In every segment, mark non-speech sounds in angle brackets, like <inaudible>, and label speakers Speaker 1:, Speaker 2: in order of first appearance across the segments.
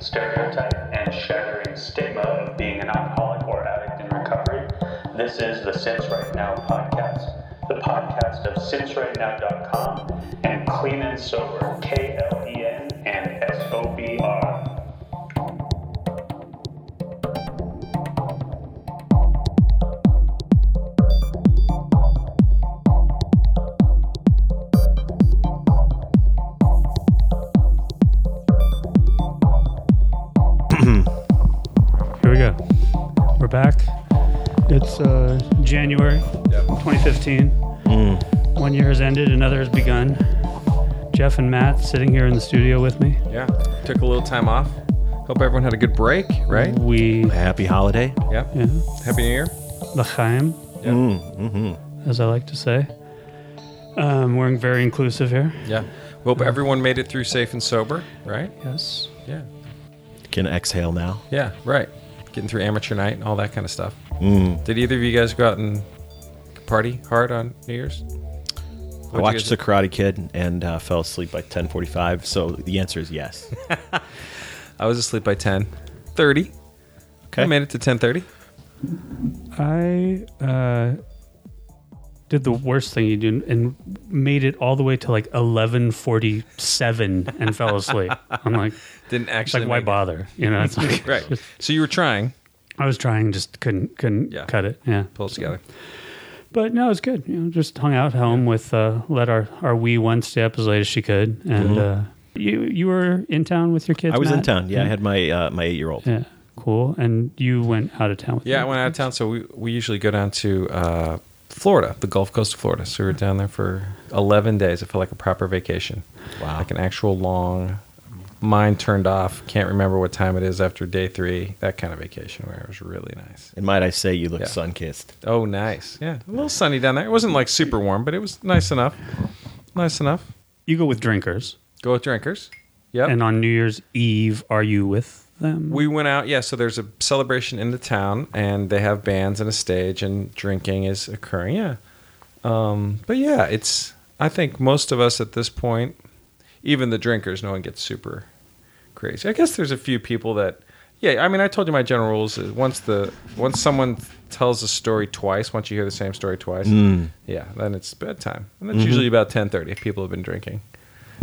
Speaker 1: stereotype, and shattering stigma of being an alcoholic or addict in recovery. This is the Since Right Now podcast, the podcast of sincerightnow.com and Clean and Sober, K L E N and S O B R.
Speaker 2: Here we go. We're back. It's uh, January 2015. One year has ended, another has begun. Jeff and Matt sitting here in the studio with me.
Speaker 3: Yeah. Took a little time off. Hope everyone had a good break, right?
Speaker 2: We,
Speaker 4: Happy holiday.
Speaker 3: Yeah.
Speaker 2: Mm-hmm. yeah,
Speaker 3: Happy New Year.
Speaker 2: L'chaim, as I like to say. Um, we're very inclusive here.
Speaker 3: Yeah. Hope everyone made it through safe and sober, right?
Speaker 2: Yes.
Speaker 3: Yeah.
Speaker 4: Can exhale now.
Speaker 3: Yeah, right. Getting through amateur night and all that kind of stuff. Mm. Did either of you guys go out and party hard on New Year's?
Speaker 4: I watched The Karate Kid and uh, fell asleep by 10:45. So the answer is yes.
Speaker 3: I was asleep by 10 30. I
Speaker 4: Okay.
Speaker 3: made it to 10 30.
Speaker 2: I uh, did the worst thing you do and made it all the way to like 11:47 and fell asleep. I'm like,
Speaker 3: Didn't
Speaker 2: it's
Speaker 3: actually.
Speaker 2: like why
Speaker 3: make
Speaker 2: bother? You know,
Speaker 3: <laughs>
Speaker 2: it's like
Speaker 3: it. Right. So you were trying.
Speaker 2: I was trying, just couldn't couldn't
Speaker 3: Yeah.
Speaker 2: cut it. Yeah,
Speaker 3: Pull it together.
Speaker 2: but no, it was good. You know, just hung out at home with uh, let our our wee one stay up as late as she could,
Speaker 3: Mm-hmm.
Speaker 2: and uh, you you were in town with your kids.
Speaker 4: I was in
Speaker 2: Matt? Hmm?
Speaker 4: town. Yeah, I had my uh, my eight year old.
Speaker 2: Yeah, cool. And you went out of town with
Speaker 3: Yeah, I
Speaker 2: them.
Speaker 3: went out of town, so we, we usually go down to uh, Florida, the Gulf Coast of Florida. So we were down there for 11 days. It felt like a proper vacation.
Speaker 4: Wow.
Speaker 3: Like an actual long, mind turned off, can't remember what time it is after day three, that kind of vacation where it was really nice.
Speaker 4: And might I say, you look
Speaker 3: Yeah.
Speaker 4: sun kissed.
Speaker 3: Oh, nice. Yeah, a little sunny down there. It wasn't like super warm, but it was nice enough. Nice enough.
Speaker 2: You go with drinkers,
Speaker 3: Go with drinkers. Yep.
Speaker 2: and on New Year's Eve, are you with them?
Speaker 3: We went out, yeah. So there's a celebration in the town, and they have bands and a stage, and drinking is occurring. Yeah, um, but yeah, it's. I think most of us at this point, even the drinkers, no one gets super crazy. I guess there's a few people that, yeah. I mean, I told you my general rules is once the once someone tells a story twice, once you hear the same story twice, yeah, then it's bedtime, and that's usually about ten thirty if people have been drinking.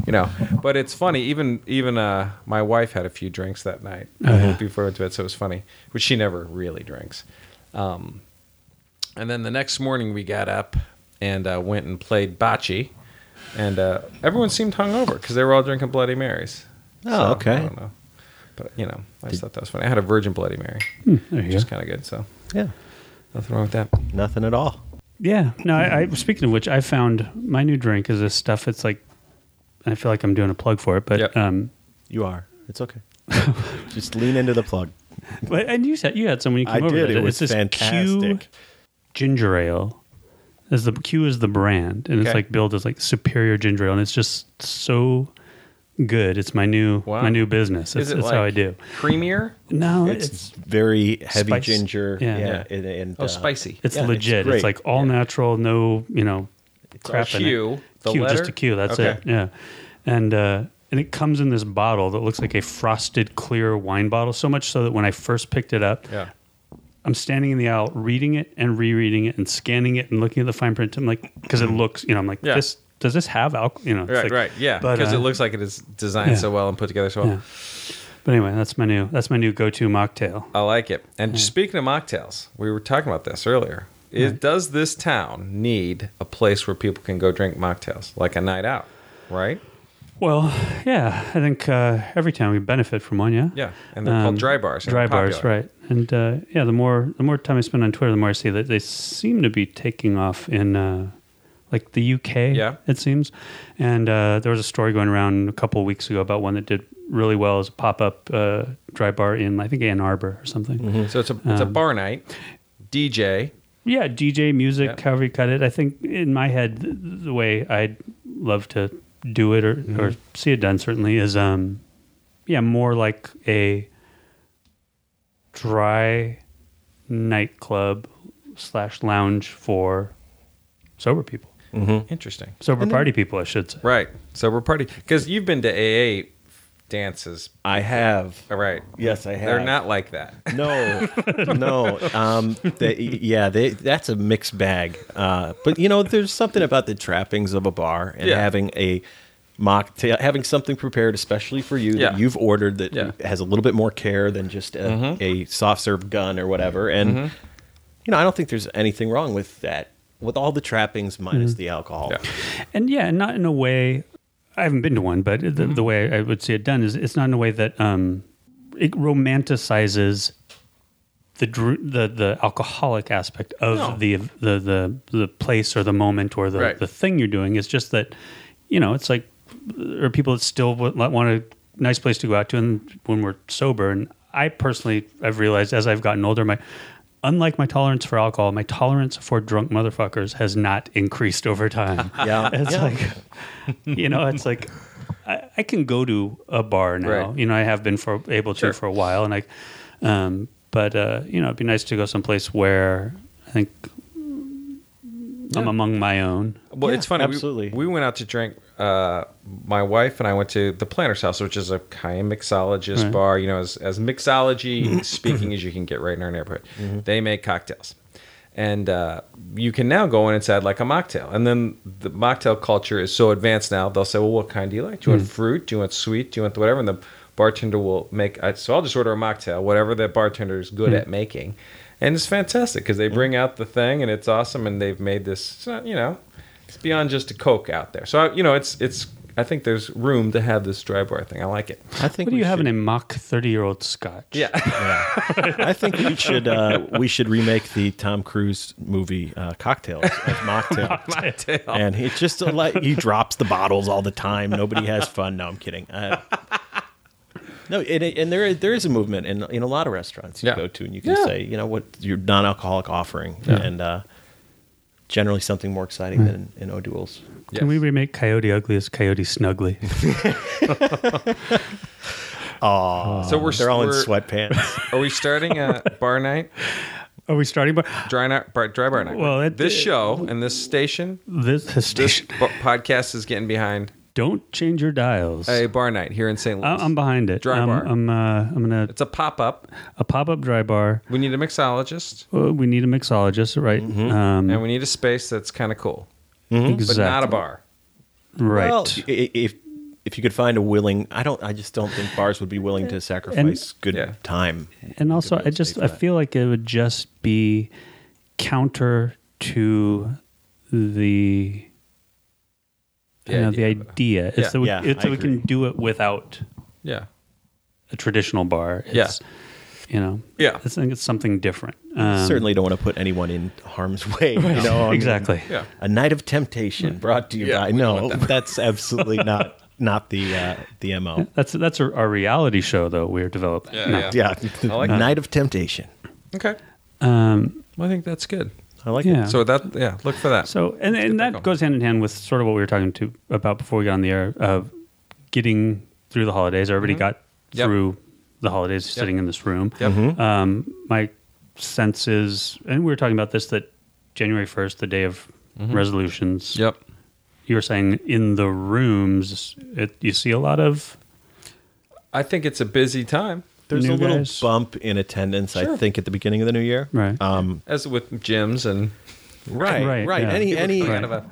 Speaker 3: You know, but it's funny. Even even uh, my wife had a few drinks that night
Speaker 4: Oh,
Speaker 3: before I went to bed, so it was funny. Which she never really drinks. Um, And then the next morning we got up and uh, went and played bocce, and uh, everyone seemed hungover because they were all drinking Bloody Marys.
Speaker 4: Oh, okay.
Speaker 3: I don't know, but you know, I just thought that was funny. I had a Virgin Bloody Mary,
Speaker 4: Hmm.
Speaker 2: there
Speaker 3: which
Speaker 2: you
Speaker 3: is
Speaker 2: go.
Speaker 3: kind of good. So
Speaker 4: Yeah,
Speaker 3: nothing wrong with that.
Speaker 4: nothing at all.
Speaker 2: Yeah. No, I, I
Speaker 3: Mm-hmm.
Speaker 2: speaking of which, I found my new drink is this stuff. It's like I feel like I'm doing a plug for it, but
Speaker 3: Yep.
Speaker 2: um,
Speaker 4: You are. It's okay. Just lean into the plug.
Speaker 2: But and you said you had some when you came
Speaker 4: I
Speaker 2: over.
Speaker 4: did.
Speaker 2: to-
Speaker 4: It was
Speaker 2: it's this Q
Speaker 4: fantastic.
Speaker 2: ginger ale. Is the Q is the brand, and it's
Speaker 3: Okay.
Speaker 2: like billed as like superior ginger ale, and it's just so good. It's my new
Speaker 3: Wow.
Speaker 2: my new business. It's,
Speaker 3: Is it
Speaker 2: it's
Speaker 3: like
Speaker 2: how I do.
Speaker 3: creamier?
Speaker 2: No,
Speaker 4: It's,
Speaker 2: it's
Speaker 4: very heavy
Speaker 2: spice.
Speaker 4: ginger.
Speaker 2: Yeah.
Speaker 4: Yeah,
Speaker 3: Yeah.
Speaker 4: and, and,
Speaker 3: Oh,
Speaker 4: uh,
Speaker 3: spicy.
Speaker 2: it's
Speaker 4: yeah, it's
Speaker 2: legit. It's,
Speaker 4: great.
Speaker 2: like all natural, no you know crap in it.
Speaker 3: Q, the
Speaker 2: Q, just
Speaker 3: letter?
Speaker 2: a Q. That's
Speaker 3: Okay.
Speaker 2: it. Yeah, and uh, and it comes in this bottle that looks like a frosted clear wine bottle. So much so that when I first picked it up,
Speaker 3: yeah.
Speaker 2: I'm standing in the aisle reading it and rereading it and scanning it and looking at the fine print. I'm like, because it looks, you know, I'm like,
Speaker 3: Mm. Yeah.
Speaker 2: this does this have alcohol? You know, it's
Speaker 3: Right,
Speaker 2: like-
Speaker 3: right, yeah,
Speaker 2: But,
Speaker 3: because
Speaker 2: uh,
Speaker 3: it looks like it is designed
Speaker 2: yeah.
Speaker 3: so well and put together so well.
Speaker 2: Yeah. But anyway, that's my new that's my new go-to mocktail.
Speaker 3: I like it. And speaking of mocktails, we were talking about this earlier. Is, Does this town need a place where people can go drink mocktails, like a night out, right?
Speaker 2: Well, yeah, I think uh, every town we benefit from one. Yeah. Um,
Speaker 3: Yeah, and they're called dry bars, and
Speaker 2: Dry
Speaker 3: they're
Speaker 2: bars,
Speaker 3: popular.
Speaker 2: right? And uh, yeah, the more the more time I spend on Twitter, the more I see that they seem to be taking off in uh, like the UK.
Speaker 3: Yeah.
Speaker 2: it seems. And uh, there was a story going around a couple of weeks ago about one that did really well as a pop up uh, dry bar in I think Ann Arbor or something.
Speaker 3: So it's a it's a bar night, DJ.
Speaker 2: Yeah, DJ music,
Speaker 3: Yeah.
Speaker 2: however you cut it. I think in my head, th- the way I'd love to do it or, or see it done certainly is, um, yeah, more like a dry nightclub slash lounge for sober people,
Speaker 3: Interesting,
Speaker 2: sober party people, I should say.
Speaker 3: right? So we're party because you've been to AA dances.
Speaker 4: uh, I have.
Speaker 3: All right.
Speaker 4: Yes, I have.
Speaker 3: Oh, They're not like that.
Speaker 4: No, no. Um, they, yeah, they, that's a mixed bag. Uh, but you know, there's something about the trappings of a bar and
Speaker 3: Yeah.
Speaker 4: having a mocktail, having something prepared especially for you
Speaker 3: Yeah.
Speaker 4: that you've ordered that
Speaker 3: Yeah. Mm-hmm.
Speaker 4: has a little bit more care than just a, a soft serve gun or whatever. And you know, I don't think there's anything wrong with that. With all the trappings
Speaker 2: Mm-hmm.
Speaker 4: minus the alcohol.
Speaker 3: Yeah.
Speaker 2: And yeah, and not in a way. I haven't been to one, but the,
Speaker 3: Mm-hmm.
Speaker 2: the way I would see it done is it's not in a way that um, it romanticizes the dru- the the alcoholic aspect of
Speaker 3: No.
Speaker 2: the, the the the place or the moment or the
Speaker 3: Right.
Speaker 2: the thing you're doing. It's just that you know it's like there are people that still would not want a nice place to go out to, and when we're sober, and I personally I've realized as I've gotten older, my unlike my tolerance for alcohol, my tolerance for drunk motherfuckers has not increased over time.
Speaker 4: Yeah.
Speaker 2: <laughs> It's
Speaker 4: Yeah.
Speaker 2: like, you know, it's like I, I can go to a bar now.
Speaker 3: Right.
Speaker 2: You know, I have been for able to
Speaker 3: Sure.
Speaker 2: for a while, and I, um, but uh, you know, it'd be nice to go someplace where I think I'm among my own.
Speaker 3: Well,
Speaker 4: Yeah,
Speaker 3: it's funny. we-
Speaker 4: absolutely.
Speaker 3: We, went out to drink. Uh, my wife and I went to the Planner's House, which is a kind of mixologist
Speaker 2: Right.
Speaker 3: bar. You know, as as
Speaker 4: <laughs>
Speaker 3: mixology speaking as you can get right in our neighborhood.
Speaker 4: Mm-hmm.
Speaker 3: They make cocktails, and uh, you can now go in and add like a mocktail. And then the mocktail culture is so advanced now. They'll say, "Well, what kind do you like? Do you want
Speaker 4: Mm.
Speaker 3: fruit? Do you want sweet? Do you want whatever?" And the bartender will make. I- So I'll just order a mocktail, whatever the bartender is
Speaker 2: Hmm.
Speaker 3: good at making. And it's fantastic because they bring out the thing and it's awesome, and they've made this. It's not, you know, it's beyond just a Coke out there. So I- you know, it's it's. I think there's room to have this dry bar thing. I like it.
Speaker 4: I think
Speaker 2: What do you have
Speaker 4: should,
Speaker 2: in a mock thirty year old scotch?
Speaker 3: Yeah,
Speaker 4: I think we should uh, we should remake the Tom Cruise movie uh, cocktails as
Speaker 2: <laughs>
Speaker 4: mocktail. and it's just a, like he drops the bottles all the time. Nobody has fun. No, I'm kidding. Uh, no, and, and there there is a movement in in a lot of restaurants you
Speaker 3: Yeah.
Speaker 4: go to, and you can
Speaker 3: Yeah.
Speaker 4: say you know what your non alcoholic offering, and uh, generally something more exciting than in O'Doul's.
Speaker 2: Can we remake Coyote Ugly as Coyote
Speaker 3: <laughs>
Speaker 2: Snugly?
Speaker 3: so we're
Speaker 4: They're all in
Speaker 3: we're- <laughs>
Speaker 4: sweatpants.
Speaker 3: Are we starting a bar night,
Speaker 2: Are we starting? By
Speaker 3: dry night, bar, dry bar night?
Speaker 2: Well, it-
Speaker 3: this show and this station,
Speaker 2: this, this
Speaker 3: this
Speaker 2: <laughs> station.
Speaker 3: bo- podcast is getting behind
Speaker 2: Don't change your dials.
Speaker 3: a bar night here in St. Louis.
Speaker 2: I, I'm behind it.
Speaker 3: Dry
Speaker 2: I'm,
Speaker 3: bar.
Speaker 2: I'm, uh, I'm gonna
Speaker 3: it's a pop up.
Speaker 2: a pop up dry bar.
Speaker 3: We need a mixologist
Speaker 2: Uh, we need a mixologist, right? Um,
Speaker 3: and we need a space that's kind of cool, Mm-hmm. but
Speaker 2: exactly.
Speaker 3: not a bar.
Speaker 2: right?
Speaker 4: Well, i- if if you could find a willing, I don't. I just don't think bars would be willing to sacrifice good
Speaker 3: Yeah.
Speaker 4: time.
Speaker 2: and also,
Speaker 4: Good
Speaker 2: I just
Speaker 4: mistake
Speaker 2: I
Speaker 4: for that.
Speaker 2: feel like it would just be counter to the
Speaker 3: The
Speaker 2: you know, the
Speaker 3: idea of
Speaker 2: idea. It's
Speaker 3: Yeah.
Speaker 2: that we,
Speaker 4: Yeah,
Speaker 2: it's
Speaker 4: I
Speaker 2: that we can
Speaker 4: agree.
Speaker 2: do it without
Speaker 3: Yeah,
Speaker 2: a traditional bar.
Speaker 3: Yeah.
Speaker 2: It's, You know,
Speaker 3: Yeah.
Speaker 2: I think it's something different. Um,
Speaker 4: Certainly don't want to put anyone in harm's way. You
Speaker 2: <laughs>
Speaker 4: know, I mean,
Speaker 2: exactly.
Speaker 3: yeah.
Speaker 4: a night of temptation brought to you
Speaker 3: Yeah,
Speaker 4: by
Speaker 3: we
Speaker 4: no that's
Speaker 3: <laughs>
Speaker 4: absolutely not not the uh, the mo
Speaker 2: That's that's our, our reality show though we're developing.
Speaker 3: Yeah,
Speaker 2: No.
Speaker 3: yeah.
Speaker 4: yeah
Speaker 3: I like
Speaker 4: night of temptation
Speaker 3: Okay,
Speaker 2: Um,
Speaker 3: well, I think that's good.
Speaker 4: i like
Speaker 2: Yeah.
Speaker 4: it
Speaker 3: So that yeah, look for that.
Speaker 2: So and, and
Speaker 3: back
Speaker 2: that
Speaker 3: on.
Speaker 2: goes hand in hand with sort of what we were talking to about before we got on the air of getting through the holidays. Everybody got
Speaker 3: Mm-hmm. Yep.
Speaker 2: through the holidays sitting in this room.
Speaker 3: Yep.
Speaker 2: Um, my sense is, and we were talking about this that January first, the day of resolutions.
Speaker 3: Mm-hmm. Yep.
Speaker 2: You were saying in the rooms, it, you see a lot of
Speaker 3: I think it's a busy time.
Speaker 4: there's
Speaker 2: new
Speaker 4: a little
Speaker 2: guys.
Speaker 4: bump in attendance i
Speaker 3: Sure.
Speaker 4: think at the beginning of the new year
Speaker 2: Right.
Speaker 4: um
Speaker 3: as with gyms and
Speaker 4: right
Speaker 2: Right,
Speaker 4: right,
Speaker 2: yeah.
Speaker 4: any any
Speaker 2: Right.
Speaker 3: kind of a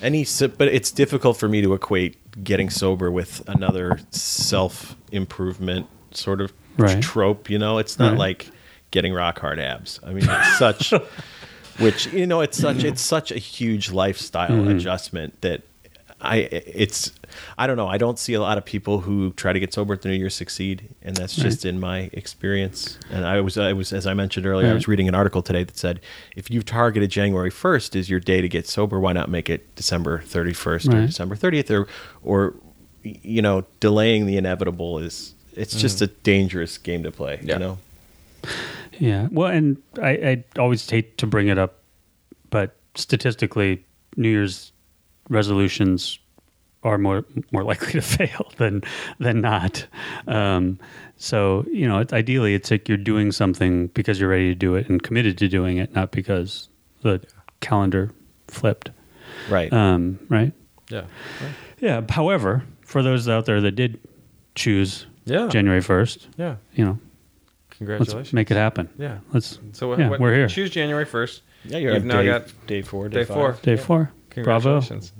Speaker 4: any si- but it's difficult for me to equate getting sober with another self improvement sort of
Speaker 2: Right.
Speaker 4: trope you know it's not
Speaker 2: Right.
Speaker 4: like getting rock hard abs i mean
Speaker 3: <laughs>
Speaker 4: it's such which you know it's
Speaker 2: Mm-hmm.
Speaker 4: such it's such a huge lifestyle adjustment that i it's i don't know i don't see a lot of people who try to get sober at the new year succeed and that's just in my experience and i was i was as i mentioned earlier i was
Speaker 2: Right.
Speaker 4: reading an article today that said if you've targeted january 1st as your day to get sober why not make it december 31st or
Speaker 2: Right.
Speaker 4: december 30th or or y- you know delaying the inevitable is it's
Speaker 2: Mm-hmm.
Speaker 4: just a dangerous game to play
Speaker 3: Yeah.
Speaker 4: you know
Speaker 2: Yeah. Well, and I, I always hate to bring it up, but statistically, New Year's resolutions are more more <laughs> likely to fail than than not. Um, so you know, it, ideally, it's like you're doing something because you're ready to do it and committed to doing it, not because the calendar flipped.
Speaker 4: right
Speaker 2: Um, right.
Speaker 3: yeah
Speaker 2: Yeah. However, for those out there that did choose
Speaker 3: Yeah.
Speaker 2: January 1st.
Speaker 3: Yeah.
Speaker 2: You know, let's
Speaker 3: Congratulations.
Speaker 2: make it happen.
Speaker 3: yeah.
Speaker 2: Let's
Speaker 3: So what,
Speaker 2: yeah,
Speaker 3: what-
Speaker 2: we're here.
Speaker 3: Choose January first.
Speaker 4: Yeah, you're
Speaker 3: You've
Speaker 4: on
Speaker 3: now
Speaker 4: day,
Speaker 3: got
Speaker 4: day four, day,
Speaker 3: day
Speaker 4: five.
Speaker 3: four.
Speaker 2: Day four. Bravo.
Speaker 3: Congratulations.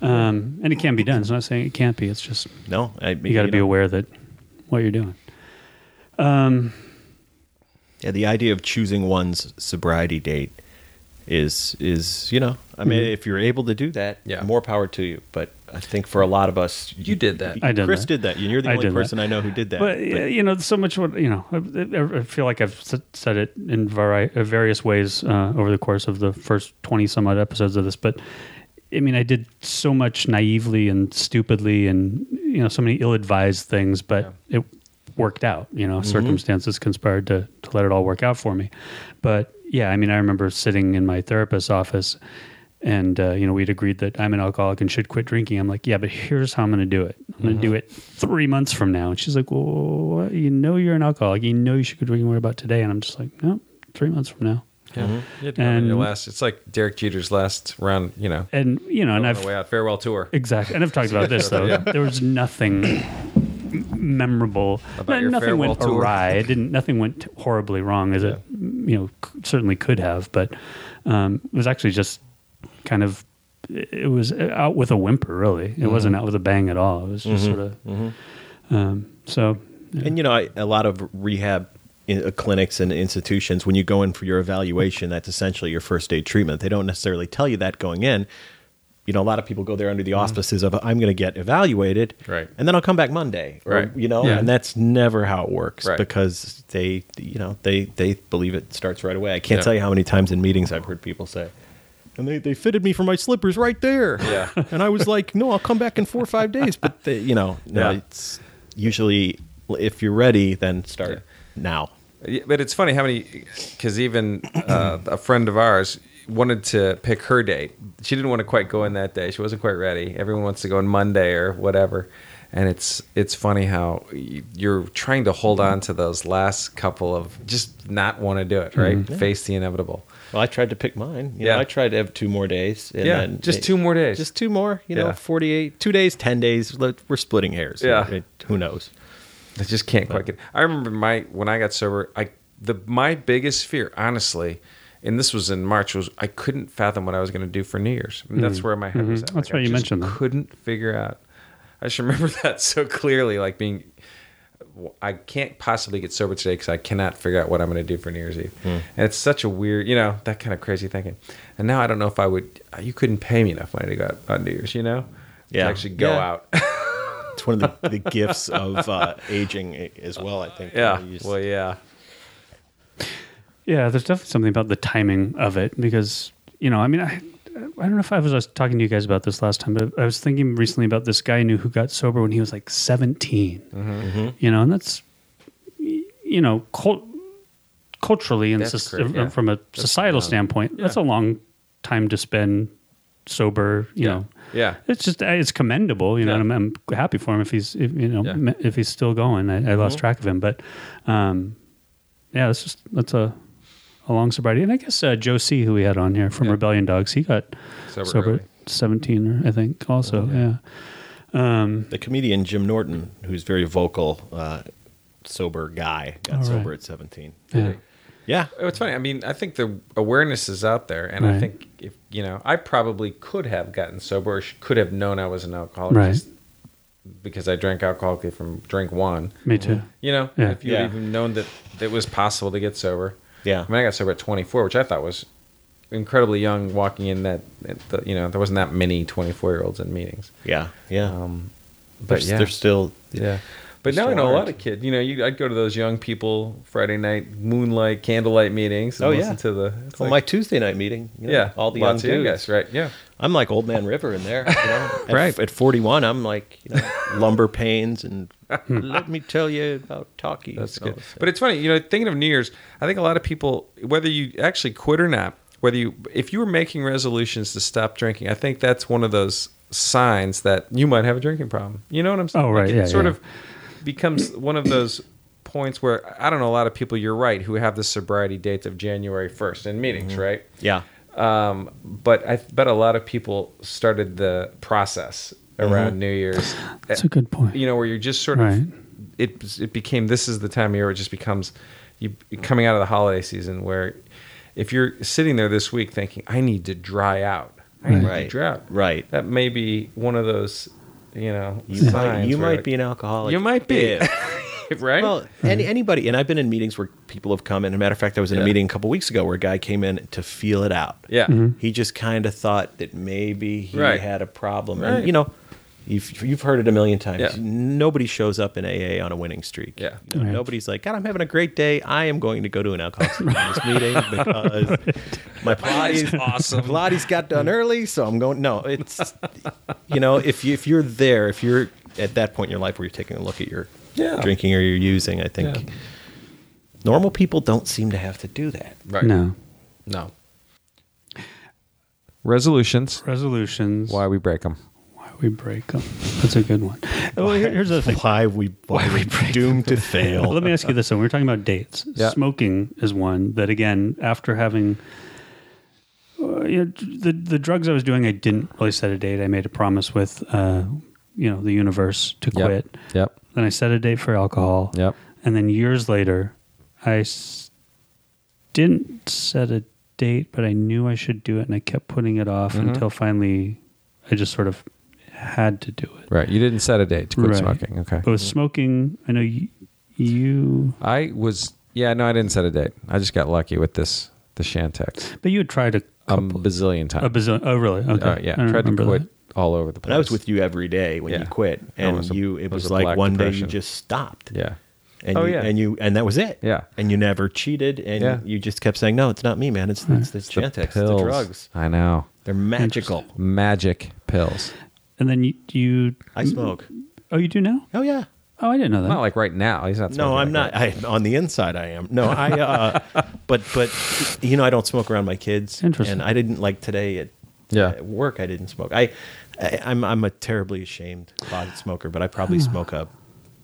Speaker 2: Um, and it can be done. It's not saying it can't be. It's just
Speaker 4: No, I,
Speaker 2: you got to be
Speaker 4: know,
Speaker 2: aware that what you're doing. Um,
Speaker 4: Yeah, the idea of choosing one's sobriety date is is you know, I
Speaker 2: Mm-hmm.
Speaker 4: mean, if you're able to do that,
Speaker 3: Yeah.
Speaker 4: more power to you. But I think for a lot of us,
Speaker 3: You did that.
Speaker 2: I did
Speaker 4: Chris
Speaker 2: that.
Speaker 4: did that. You're the
Speaker 2: I
Speaker 4: only
Speaker 2: did that.
Speaker 4: person I know who did that.
Speaker 2: but yeah, you know, so much. What you know, I- I, I feel like I've s- said it in vari- uh, various ways uh, over the course of the first twenty some odd episodes of this. But I mean, I did so much naively and stupidly, and you know, so many ill-advised things. But it worked out. You know, circumstances conspired to to let it all work out for me. But yeah, I mean, I remember sitting in my therapist's office. And uh, you know we'd agreed that I'm an alcoholic and should quit drinking. I'm like, yeah, but here's how I'm going to do it. I'm going to do it three months from now. And she's like, well, what? you know you're an alcoholic. You know you should quit drinking. What about today? And I'm just like, no, three months from now.
Speaker 3: Mm-hmm. Yeah. You had to go on
Speaker 2: And-
Speaker 3: your last. It's like Derek Jeter's last round. You know,
Speaker 2: And you know, and
Speaker 3: on
Speaker 2: I've
Speaker 3: the way out farewell tour.
Speaker 2: Exactly. And I've talked about this though.
Speaker 3: Yeah.
Speaker 2: There was nothing memorable.
Speaker 3: About
Speaker 2: No-
Speaker 3: your
Speaker 2: nothing went
Speaker 3: farewell tour.
Speaker 2: awry. It didn't. Nothing went horribly wrong, as it you know c- certainly could have. But um, it was actually just kind of. It was out with a whimper, really.
Speaker 3: Mm-hmm.
Speaker 2: It wasn't out with a bang at all. It was just sort of. Um, so
Speaker 4: And you know, I, a lot of rehab in, uh, clinics and institutions, when you go in for your evaluation, that's essentially your first aid treatment. They don't necessarily tell you that going in. You know, a lot of people go there under the auspices of "I'm going to get evaluated,
Speaker 3: Mm-hmm. Right.
Speaker 4: And then I'll come back Monday, or,
Speaker 3: Right.
Speaker 4: You know,
Speaker 2: Yeah.
Speaker 4: and that's never how it works
Speaker 3: Right.
Speaker 4: because they, you know, they they believe it starts right away. I can't
Speaker 3: Yeah.
Speaker 4: tell you how many times in meetings I've heard people say. And they, they fitted me for my slippers right there.
Speaker 3: Yeah.
Speaker 4: <laughs> And I was like, no, I'll come back in four or five days. But they, you know, no,
Speaker 3: Yeah.
Speaker 4: it's usually if you're ready, then start now.
Speaker 3: Yeah, But it's funny how many, because even uh, a friend of ours wanted to pick her date. She didn't want to quite go in that day. She wasn't quite ready. Everyone wants to go on Monday or whatever. And it's it's funny how y- you're trying to hold on to those last couple of just not want to do it, right? Face the inevitable.
Speaker 4: Well, I tried to pick mine. You know,
Speaker 3: Yeah.
Speaker 4: I tried to have two more days. And
Speaker 3: Yeah,
Speaker 4: then
Speaker 3: just two more days.
Speaker 4: Just two more. You know,
Speaker 3: Yeah.
Speaker 4: 48, two days, 10 days. Look, We're splitting hairs.
Speaker 3: Yeah.
Speaker 4: It- who knows?
Speaker 3: I just can't quite get. I remember my when I got sober, I the my biggest fear, honestly, and this was in March, was I couldn't fathom what I was going to do for New Year's. And That's where my head was at.
Speaker 2: Mhm. That's
Speaker 3: I
Speaker 2: right, you
Speaker 3: just
Speaker 2: mentioned that.
Speaker 3: Couldn't figure out. I just <laughs> remember that so clearly, like being. I can't possibly get sober today because I cannot figure out what I'm going to do for New Year's Eve.
Speaker 2: Hmm.
Speaker 3: And it's such a weird, you know, that kind of crazy thinking. And now I don't know if I would. uh, You couldn't pay me enough money to go out on New Year's, you know,
Speaker 4: Yeah.
Speaker 3: to actually go
Speaker 4: Yeah.
Speaker 3: out.
Speaker 4: It's one of the, the gifts of uh, aging a- as well, I think.
Speaker 3: <laughs> yeah.
Speaker 4: You just-
Speaker 3: Well, yeah.
Speaker 2: Yeah, there's definitely something about the timing of it because you know, I mean, I I don't know if I was, I was talking to you guys about this last time, but I was thinking recently about this guy I knew who got sober when he was like 17.
Speaker 3: Mm-hmm,
Speaker 2: You know, and that's y- you know, cult, culturally and
Speaker 3: That's
Speaker 2: soc-
Speaker 3: great, yeah.
Speaker 2: from a societal
Speaker 3: long.
Speaker 2: standpoint, that's a long time to spend sober. You know,
Speaker 3: Yeah.
Speaker 2: it's just uh, it's commendable, you know.
Speaker 3: Yeah.
Speaker 2: And I'm, I'm happy for him if he's if, you know
Speaker 3: Yeah. Mm-hmm.
Speaker 2: me- if he's still going. I, I lost track of him, but um, yeah, that's just that's a a long sobriety. And I guess uh, Joe C, who we had on here from
Speaker 3: Yeah.
Speaker 2: Rebellion Dogs, he got
Speaker 3: Sober
Speaker 2: sober,
Speaker 3: early.
Speaker 2: at 17, I think. Also, yeah.
Speaker 4: The comedian Jim Norton, who's very vocal, uh, sober guy, got
Speaker 2: All right.
Speaker 4: sober at 17.
Speaker 2: yeah,
Speaker 4: Yeah.
Speaker 3: Oh, It's funny. I mean, I think the awareness is out there, and I
Speaker 2: Right.
Speaker 3: think if you know, I probably could have gotten sober, or sh- could have known I was an alcoholic,
Speaker 2: Right.
Speaker 3: just because I drank alcoholically from drink one.
Speaker 2: Me too.
Speaker 3: You know,
Speaker 2: Yeah.
Speaker 3: if you
Speaker 4: Yeah.
Speaker 3: would even known that it was possible to get sober.
Speaker 4: Yeah.
Speaker 3: I mean, I got sober at 24, which I thought was incredibly young. Walking in that, at the, you know, there wasn't that many 24 year olds in meetings.
Speaker 4: Yeah. Yeah.
Speaker 3: Um,
Speaker 4: but
Speaker 3: but yeah,
Speaker 4: they're still
Speaker 3: yeah. But now I
Speaker 4: still
Speaker 3: know a lot
Speaker 4: aren't.
Speaker 3: of kids. You know, you, I'd go to those young people Friday night moonlight candlelight meetings. And
Speaker 4: Oh, yeah.
Speaker 3: listen to the it's
Speaker 4: Well,
Speaker 3: like-
Speaker 4: my Tuesday night meeting, you know,
Speaker 3: yeah,
Speaker 4: all the
Speaker 3: lots
Speaker 4: young
Speaker 3: of you
Speaker 4: dudes.
Speaker 3: guys, right? Yeah,
Speaker 4: I'm like old man River in there,
Speaker 3: <laughs>
Speaker 4: you know. at,
Speaker 3: Right.
Speaker 4: At 41, I'm like
Speaker 3: <laughs>
Speaker 4: you know, lumber pains, and let me tell you about talkies.
Speaker 3: Hmm. that's
Speaker 4: and all
Speaker 3: good.
Speaker 4: this
Speaker 3: But it's funny, you know, thinking of New Year's, I think a lot of people, whether you actually quit or not, whether you, if you were making resolutions to stop drinking, I think that's one of those signs that you might have a drinking problem. You know what I'm saying?
Speaker 2: Oh, right,
Speaker 3: Like, it
Speaker 2: yeah,
Speaker 3: sort
Speaker 2: yeah.
Speaker 3: of becomes one of those points where I don't know a lot of people. You're right, who have the sobriety dates of January 1st in meetings, right?
Speaker 4: yeah,
Speaker 3: Um, but I bet a lot of people started the process around New Year's.
Speaker 2: That's a good point.
Speaker 3: You know, where you're just sort of
Speaker 2: Right.
Speaker 3: it it became this is the time of year where it just becomes you coming out of the holiday season where if you're sitting there this week thinking I need to dry out, I need to
Speaker 4: Right.
Speaker 3: dry out.
Speaker 4: Right.
Speaker 3: That may be one of those, you know,
Speaker 4: You might,
Speaker 3: signs
Speaker 4: you
Speaker 3: where
Speaker 4: might
Speaker 3: like-
Speaker 4: be an alcoholic.
Speaker 3: You might be.
Speaker 4: If-
Speaker 3: <laughs> right.
Speaker 4: Well, any, anybody, and I've been in meetings where people have come. And a matter of fact, I was in
Speaker 3: Yeah.
Speaker 4: a meeting a couple weeks ago where a guy came in to feel it out.
Speaker 3: yeah.
Speaker 4: he just kind of thought that maybe he
Speaker 3: Right.
Speaker 4: had a problem.
Speaker 3: Right.
Speaker 4: And, you know, you've you've heard it a million times.
Speaker 3: Yeah.
Speaker 4: Nobody shows up in AA on a winning streak.
Speaker 3: Yeah.
Speaker 4: You know,
Speaker 2: Right.
Speaker 4: Nobody's like, God, I'm having a great day. I am going to go to an Alcoholics Anonymous meeting because my Pilates awesome. Pilates got done early, so I'm going. No, it's you know, if you if you're there, if you're at that point in your life where you're taking a look at your
Speaker 3: Yeah.
Speaker 4: drinking or you're using, I think
Speaker 3: Yeah.
Speaker 4: normal people don't seem to have to do that.
Speaker 3: Right.
Speaker 2: No.
Speaker 3: No. Resolutions.
Speaker 2: Resolutions.
Speaker 3: Why we break them.
Speaker 2: Why we break
Speaker 3: <laughs>
Speaker 2: them? That's a good one. Well, here- here's the thing.
Speaker 4: Why we why we doomed to fail?
Speaker 2: Let me ask you this. So we were talking about dates.
Speaker 3: Yeah.
Speaker 2: Smoking is one that, again, after having uh, you know, the the drugs I was doing, I didn't really set a date. I made a promise with, uh, you know, the universe to quit.
Speaker 3: Yep.
Speaker 2: Then I set a date for alcohol.
Speaker 3: Yep.
Speaker 2: And then years later, I s- didn't set a date, but I knew I should do it, and I kept putting it off
Speaker 3: Mm-hmm.
Speaker 2: until finally, I just sort of had to do it.
Speaker 3: Right. You didn't set a date to quit
Speaker 2: Right.
Speaker 3: smoking. Okay.
Speaker 2: But with smoking, I know you. you
Speaker 3: I was yeah, no, I didn't set a date. I just got lucky with this the Shantex
Speaker 2: but you had tried a
Speaker 3: a
Speaker 2: couple,
Speaker 3: bazillion times.
Speaker 2: a bazillion. Oh, really? Okay.
Speaker 3: Uh,
Speaker 2: I
Speaker 3: yeah,
Speaker 2: don't
Speaker 3: tried to
Speaker 2: remember
Speaker 3: quit
Speaker 2: that.
Speaker 3: all over the place.
Speaker 4: But I was with you every day when
Speaker 3: Yeah.
Speaker 4: you quit,
Speaker 3: No, it
Speaker 4: and
Speaker 3: was a-
Speaker 4: you
Speaker 3: it
Speaker 4: it
Speaker 3: was
Speaker 4: was,
Speaker 3: a black
Speaker 4: like one day
Speaker 3: depression.
Speaker 4: you just stopped.
Speaker 3: yeah,
Speaker 4: And
Speaker 3: Oh,
Speaker 4: you,
Speaker 3: yeah.
Speaker 4: and you and that was it.
Speaker 3: Yeah.
Speaker 4: And you never cheated, and
Speaker 3: Yeah.
Speaker 4: you just kept saying, "No, it's not me, man. It's, it's the Chantix, it's the
Speaker 3: pills.
Speaker 4: drugs.
Speaker 3: I know
Speaker 4: They're magical.
Speaker 3: magic pills.
Speaker 2: And then you, you.
Speaker 4: I smoke.
Speaker 2: Oh, you do now?
Speaker 4: Oh yeah.
Speaker 2: Oh, I didn't know that.
Speaker 3: Not like right now. He's not.
Speaker 4: No,
Speaker 3: smoking
Speaker 4: I'm
Speaker 3: like
Speaker 4: not. I on the inside, I am. No, I.
Speaker 3: <laughs>
Speaker 4: Uh, but but you know, I don't smoke around my kids.
Speaker 2: Interesting.
Speaker 4: And I didn't like today at
Speaker 3: Yeah.
Speaker 4: at work. I didn't smoke. I, I I'm I'm a terribly ashamed closet smoker, but
Speaker 2: <sighs>
Speaker 4: I probably smoke a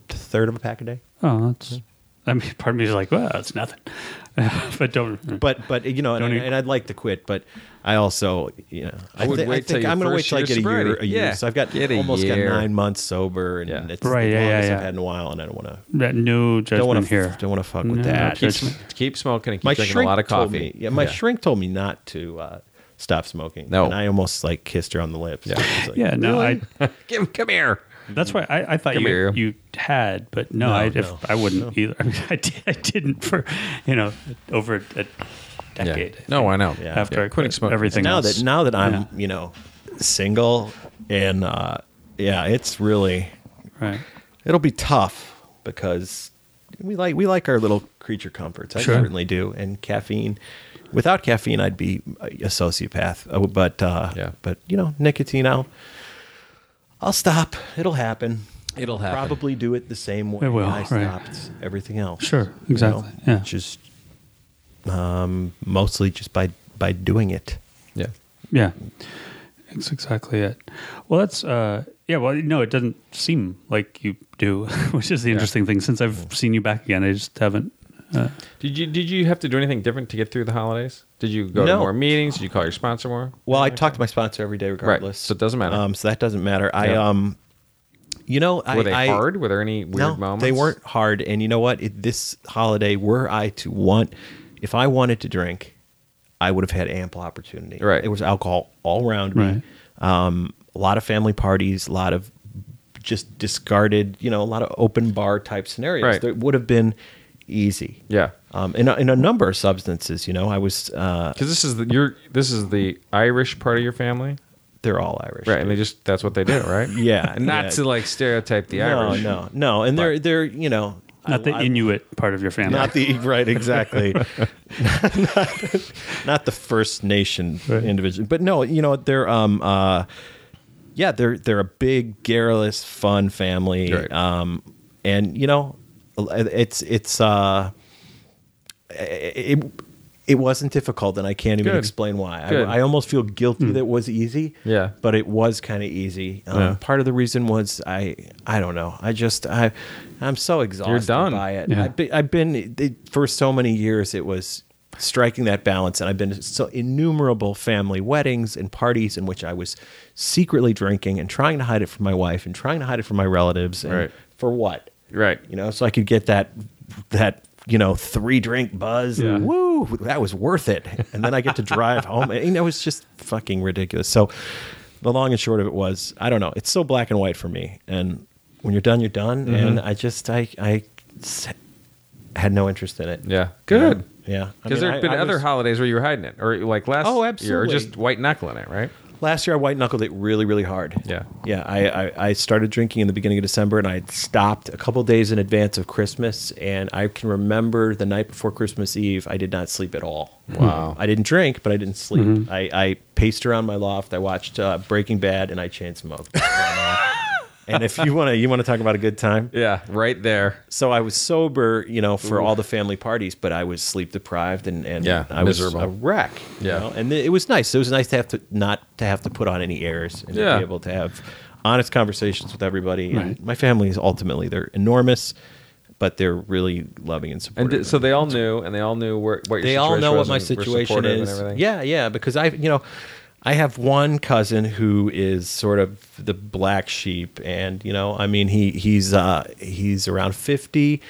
Speaker 4: third of a pack a day.
Speaker 2: oh, that's. I mean, <laughs> part of me is like, well, it's nothing. <laughs> but don't.
Speaker 4: But but you know, and,
Speaker 2: Don't
Speaker 4: I,
Speaker 2: you-
Speaker 4: and I'd like to quit, but I also you know
Speaker 3: I would wait till your
Speaker 4: I'm gonna wait
Speaker 3: first
Speaker 4: till I
Speaker 3: year
Speaker 4: get a year,
Speaker 3: sobriety.
Speaker 4: a year.
Speaker 3: Yeah.
Speaker 4: So I've got
Speaker 3: Get a
Speaker 4: almost got
Speaker 3: year.
Speaker 4: nine months sober, and
Speaker 3: Yeah.
Speaker 4: it's
Speaker 2: Right,
Speaker 4: the
Speaker 2: yeah, yeah,
Speaker 4: longest I've
Speaker 2: yeah.
Speaker 4: had in a while, and I don't want to
Speaker 2: that no judgment
Speaker 4: don't want to
Speaker 2: here.
Speaker 4: don't want to fuck
Speaker 2: No,
Speaker 4: with that.
Speaker 2: no
Speaker 3: Keep,
Speaker 2: judgment.
Speaker 3: keep smoking and keep
Speaker 4: my
Speaker 3: drinking
Speaker 4: shrink
Speaker 3: a lot of
Speaker 4: told
Speaker 3: coffee.
Speaker 4: me- yeah, my shrink told me not to uh, stop smoking.
Speaker 3: No.
Speaker 4: and I almost like kissed her on the lips.
Speaker 3: Yeah.
Speaker 4: She's like,
Speaker 2: yeah, no, I.
Speaker 3: <laughs> Give him, come here.
Speaker 2: That's why I, I thought
Speaker 3: Come here.
Speaker 2: you, you had, but no,
Speaker 4: No,
Speaker 2: I, if-
Speaker 4: no.
Speaker 2: I wouldn't either. <laughs> I, mean, I, did, I didn't for, you know, over a decade.
Speaker 3: No, I know.
Speaker 4: Yeah.
Speaker 2: After I
Speaker 3: quitting
Speaker 2: quit
Speaker 3: smoking.
Speaker 2: everything
Speaker 4: now
Speaker 2: else.
Speaker 4: that now that I'm
Speaker 2: Yeah.
Speaker 4: you know single and uh, yeah, it's really
Speaker 2: Right.
Speaker 4: it'll be tough because we like we like our little creature comforts. I
Speaker 2: Sure.
Speaker 4: certainly do, and caffeine. Without caffeine, I'd be a sociopath. Oh, But uh,
Speaker 3: Yeah.
Speaker 4: but you know, nicotine, I'll I'll stop. It'll happen.
Speaker 3: It'll happen.
Speaker 4: Probably do it the same way
Speaker 2: It will,
Speaker 4: I
Speaker 2: right.
Speaker 4: stopped everything else.
Speaker 2: Sure,
Speaker 4: you know,
Speaker 2: exactly, yeah.
Speaker 4: Just um, mostly just by by doing it.
Speaker 3: Yeah.
Speaker 2: Yeah, that's exactly it. Well, that's uh, yeah. Well, no, it doesn't seem like you do, <laughs> which is the interesting thing. Since
Speaker 4: Mm.
Speaker 2: I've seen you back again, I just haven't.
Speaker 3: Did you did you have to do anything different to get through the holidays? Did you go to
Speaker 4: No.
Speaker 3: more meetings? Did you call your sponsor more?
Speaker 4: Well, I talk to my sponsor every day, regardless.
Speaker 3: so it doesn't matter.
Speaker 4: Um, so that doesn't matter. I
Speaker 3: Yeah.
Speaker 4: um, you know, I,
Speaker 3: Were they
Speaker 4: I,
Speaker 3: hard? Were there any weird
Speaker 4: no,
Speaker 3: moments?
Speaker 4: They weren't hard. And you know what? It, this holiday, were I to want, if I wanted to drink, I would have had ample opportunity.
Speaker 3: Right.
Speaker 4: It was alcohol all around
Speaker 2: Right.
Speaker 4: me. Um, a lot of family parties, a lot of just discarded, you know, a lot of open bar type scenarios.
Speaker 3: Right.
Speaker 4: That would have been easy.
Speaker 3: Yeah.
Speaker 4: Um, in, a, in a number of substances, you know, I was, uh,
Speaker 3: Because this is the your this is the Irish part of your family,
Speaker 4: they're all Irish.
Speaker 3: right? And they just that's what they do, right?
Speaker 4: <laughs> Yeah,
Speaker 3: <laughs> Not
Speaker 4: yeah.
Speaker 3: to like stereotype the
Speaker 4: no,
Speaker 3: Irish.
Speaker 4: no, no. And they're,
Speaker 3: But-
Speaker 4: they're, you know,
Speaker 2: Not the
Speaker 4: I- I-
Speaker 2: Inuit part of your family.
Speaker 4: Not the right,
Speaker 3: <laughs>
Speaker 4: exactly. not, not the First Nation
Speaker 2: Right.
Speaker 4: individual, but no, you know they're um uh, yeah they're they're a big garrulous fun family,
Speaker 3: Right.
Speaker 4: um, and you know it's it's uh it it wasn't difficult, and I can't even
Speaker 3: Good.
Speaker 4: explain why.
Speaker 3: Good. Hmm.
Speaker 4: I, I almost feel guilty that it was easy.
Speaker 3: Yeah.
Speaker 4: but it was kind of easy. Um,
Speaker 3: Yeah.
Speaker 4: Part of the reason was I I don't know. I just I I'm so exhausted
Speaker 3: done.
Speaker 4: by it.
Speaker 2: Yeah.
Speaker 4: I've, been, I've been it, for so many years. It was striking that balance. And I've been to so innumerable family weddings and parties in which I was secretly drinking and trying to hide it from my wife and trying to hide it from my relatives. And
Speaker 3: Right.
Speaker 4: For what?
Speaker 3: Right.
Speaker 4: You know, so I could get that that you know three drink buzz. and
Speaker 2: Yeah.
Speaker 4: Woo! That was worth it. And then I get to drive home. And, you know, it's just fucking ridiculous. So the long and short of it was, I don't know. It's so black and white for me. And when you're done, you're done.
Speaker 3: Mm-hmm.
Speaker 4: And I just I I s- had no interest in it.
Speaker 3: Yeah. Good.
Speaker 4: Yeah. I
Speaker 3: Because
Speaker 4: mean,
Speaker 3: there
Speaker 4: I-
Speaker 3: have been
Speaker 4: I
Speaker 3: other
Speaker 4: was-
Speaker 3: holidays where you were hiding it, or like last
Speaker 4: Oh,
Speaker 3: year, or
Speaker 4: absolutely.
Speaker 3: just white knuckling it, right?
Speaker 4: Last year, I white knuckled it really, really hard.
Speaker 3: Yeah.
Speaker 4: Yeah. I, I, I started drinking in the beginning of December and I stopped a couple days in advance of Christmas. And I can remember the night before Christmas Eve, I did not sleep at all.
Speaker 3: Wow.
Speaker 4: Hmm.
Speaker 3: Mm-hmm.
Speaker 4: I didn't drink, but I didn't sleep. I, I paced around my loft. I watched uh, Breaking Bad and I
Speaker 3: <laughs>
Speaker 4: chain smoked. and if you want to you want to talk about a good time,
Speaker 3: Yeah. Right there.
Speaker 4: so I was sober, you know, for all the family parties, but I was sleep deprived and, and
Speaker 3: Yeah,
Speaker 4: I was
Speaker 3: miserable.
Speaker 4: a wreck. you
Speaker 3: Yeah.
Speaker 4: know? and it was nice. It was nice to have to not to have to put on any airs and
Speaker 3: Yeah.
Speaker 4: to be able to have honest conversations with everybody. And my family is ultimately they're enormous, but they're really loving and
Speaker 3: And
Speaker 4: supportive.
Speaker 3: di- so they all knew, and they all knew where what your
Speaker 4: they all
Speaker 3: situation
Speaker 4: know what
Speaker 3: was
Speaker 4: my
Speaker 3: and were
Speaker 4: situation
Speaker 3: supportive
Speaker 4: is.
Speaker 3: And everything.
Speaker 4: Yeah, yeah, because I, you know, I have one cousin who is sort of the black sheep, and you know, I mean, he he's uh, he's around fifty,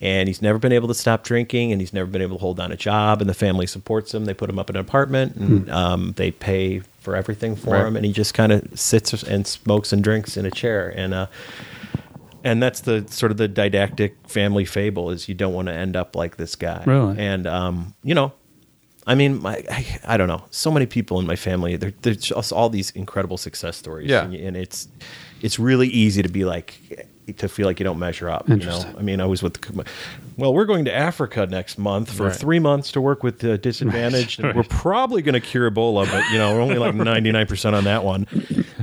Speaker 4: and he's never been able to stop drinking, and he's never been able to hold down a job, and the family supports him. They put him up in an apartment, and um, they pay for everything for
Speaker 3: Right.
Speaker 4: him, and he just kind of sits and smokes and drinks in a chair, and uh, and that's the sort of the didactic family fable is you don't want to end up like this guy
Speaker 2: Really?
Speaker 4: and um, you know i mean my, I, I don't know so many people in my family there- there's just all these incredible success stories
Speaker 3: Yeah.
Speaker 4: and, and it's it's really easy to be like to feel like you don't measure up you know
Speaker 2: Interesting.
Speaker 4: i mean i was with well we're going to africa next month for
Speaker 3: Right.
Speaker 4: three months to work with the disadvantaged and we're probably going to cure ebola but you know we're only like 99% on that one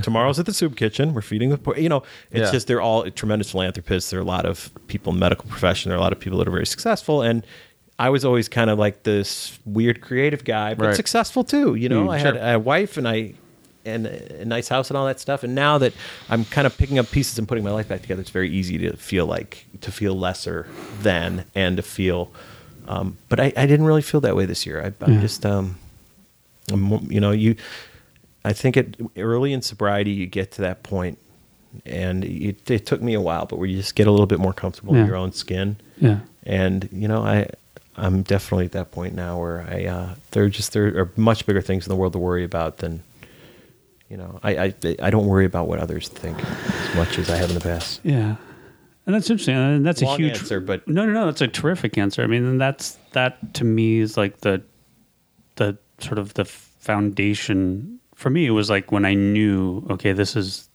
Speaker 4: tomorrow's at the soup kitchen we're feeding the poor you know it's
Speaker 3: Yeah.
Speaker 4: just they're all tremendous philanthropists. There are a lot of people in the medical profession. There are a lot of people that are very successful. And I was always kind of like this weird creative guy, but
Speaker 3: Right.
Speaker 4: successful too. You know,
Speaker 3: Mm,
Speaker 4: I
Speaker 3: sure.
Speaker 4: had a wife and I and a nice house and all that stuff. And now that I'm kind of picking up pieces and putting my life back together, it's very easy to feel like to feel lesser than and to feel. Um, but I, I didn't really feel that way this year. I, I'm
Speaker 2: Yeah.
Speaker 4: just um, I'm mo- you know you i think it early in sobriety you get to that point and it, it took me a while but where you just get a little bit more comfortable in
Speaker 2: Yeah.
Speaker 4: your own skin
Speaker 2: Yeah.
Speaker 4: and you know i i'm definitely at that point now where i uh there are just there are much bigger things in the world to worry about than you know i i, I don't worry about what others think as much as i have in the past
Speaker 2: Yeah. And that's interesting. And that's
Speaker 4: Long
Speaker 2: a huge
Speaker 4: answer, but-
Speaker 2: no, no, no. That's a terrific answer. I mean, and that's that to me is like the the sort of the foundation for me was like when I knew okay, this is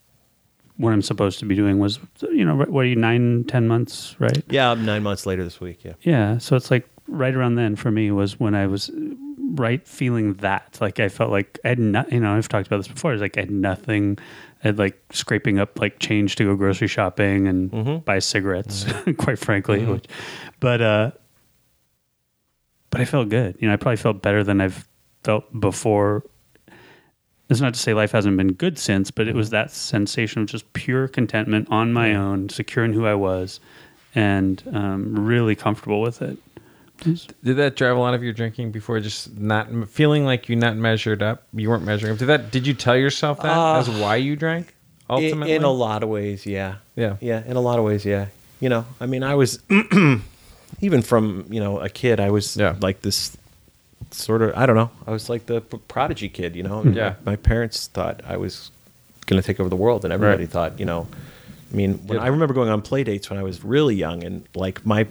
Speaker 2: what I'm supposed to be doing was you know what are you nine ten months right?
Speaker 4: yeah i'm nine months later this week yeah
Speaker 2: Yeah. So it's like right around then for me was when I was right feeling that. Like I felt like I had not, you know, I've talked about this before. It's like I had nothing. I had like scraping up like change to go grocery shopping and buy cigarettes, <laughs> quite frankly. Which, but, uh, but I felt good. You know, I probably felt better than I've felt before. It's not to say life hasn't been good since, but it was that sensation of just pure contentment on my own, secure in who I was, and um, really comfortable with it.
Speaker 3: Did that drive a lot of your drinking before? Just not m- feeling like you not measured up. You weren't measuring up. Did that? Did you tell yourself that
Speaker 4: Uh,
Speaker 3: as why you drank?
Speaker 4: In-
Speaker 3: Ultimately,
Speaker 4: In, a lot of ways, yeah.
Speaker 3: Yeah.
Speaker 4: Yeah, in a lot of ways, yeah. You know, I mean, I was <clears throat> even from, you know, a kid, I was
Speaker 3: Yeah.
Speaker 4: like this sort of, I don't know, I was like the p- prodigy kid, you know?
Speaker 3: <laughs> Yeah.
Speaker 4: My parents thought I was going to take over the world, and everybody
Speaker 3: Right.
Speaker 4: thought, you know, I mean, when
Speaker 3: Yeah.
Speaker 4: I remember going on play dates when I was really young, and like my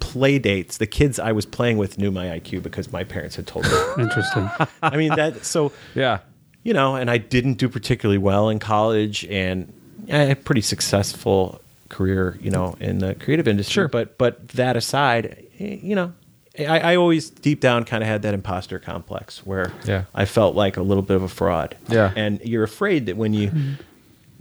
Speaker 4: play dates, the kids I was playing with knew my IQ because my parents
Speaker 3: <laughs>
Speaker 4: had told them. <laughs>
Speaker 2: Interesting.
Speaker 4: I mean, that, so
Speaker 3: yeah,
Speaker 4: you know, and I didn't do particularly well in college, and I had a pretty successful career, you know, in the creative industry.
Speaker 3: Sure.
Speaker 4: But but that aside, eh, you know, I, I always deep down kind of had that imposter complex where
Speaker 3: Yeah.
Speaker 4: I felt like a little bit of a fraud.
Speaker 3: Yeah.
Speaker 4: and you're afraid that when you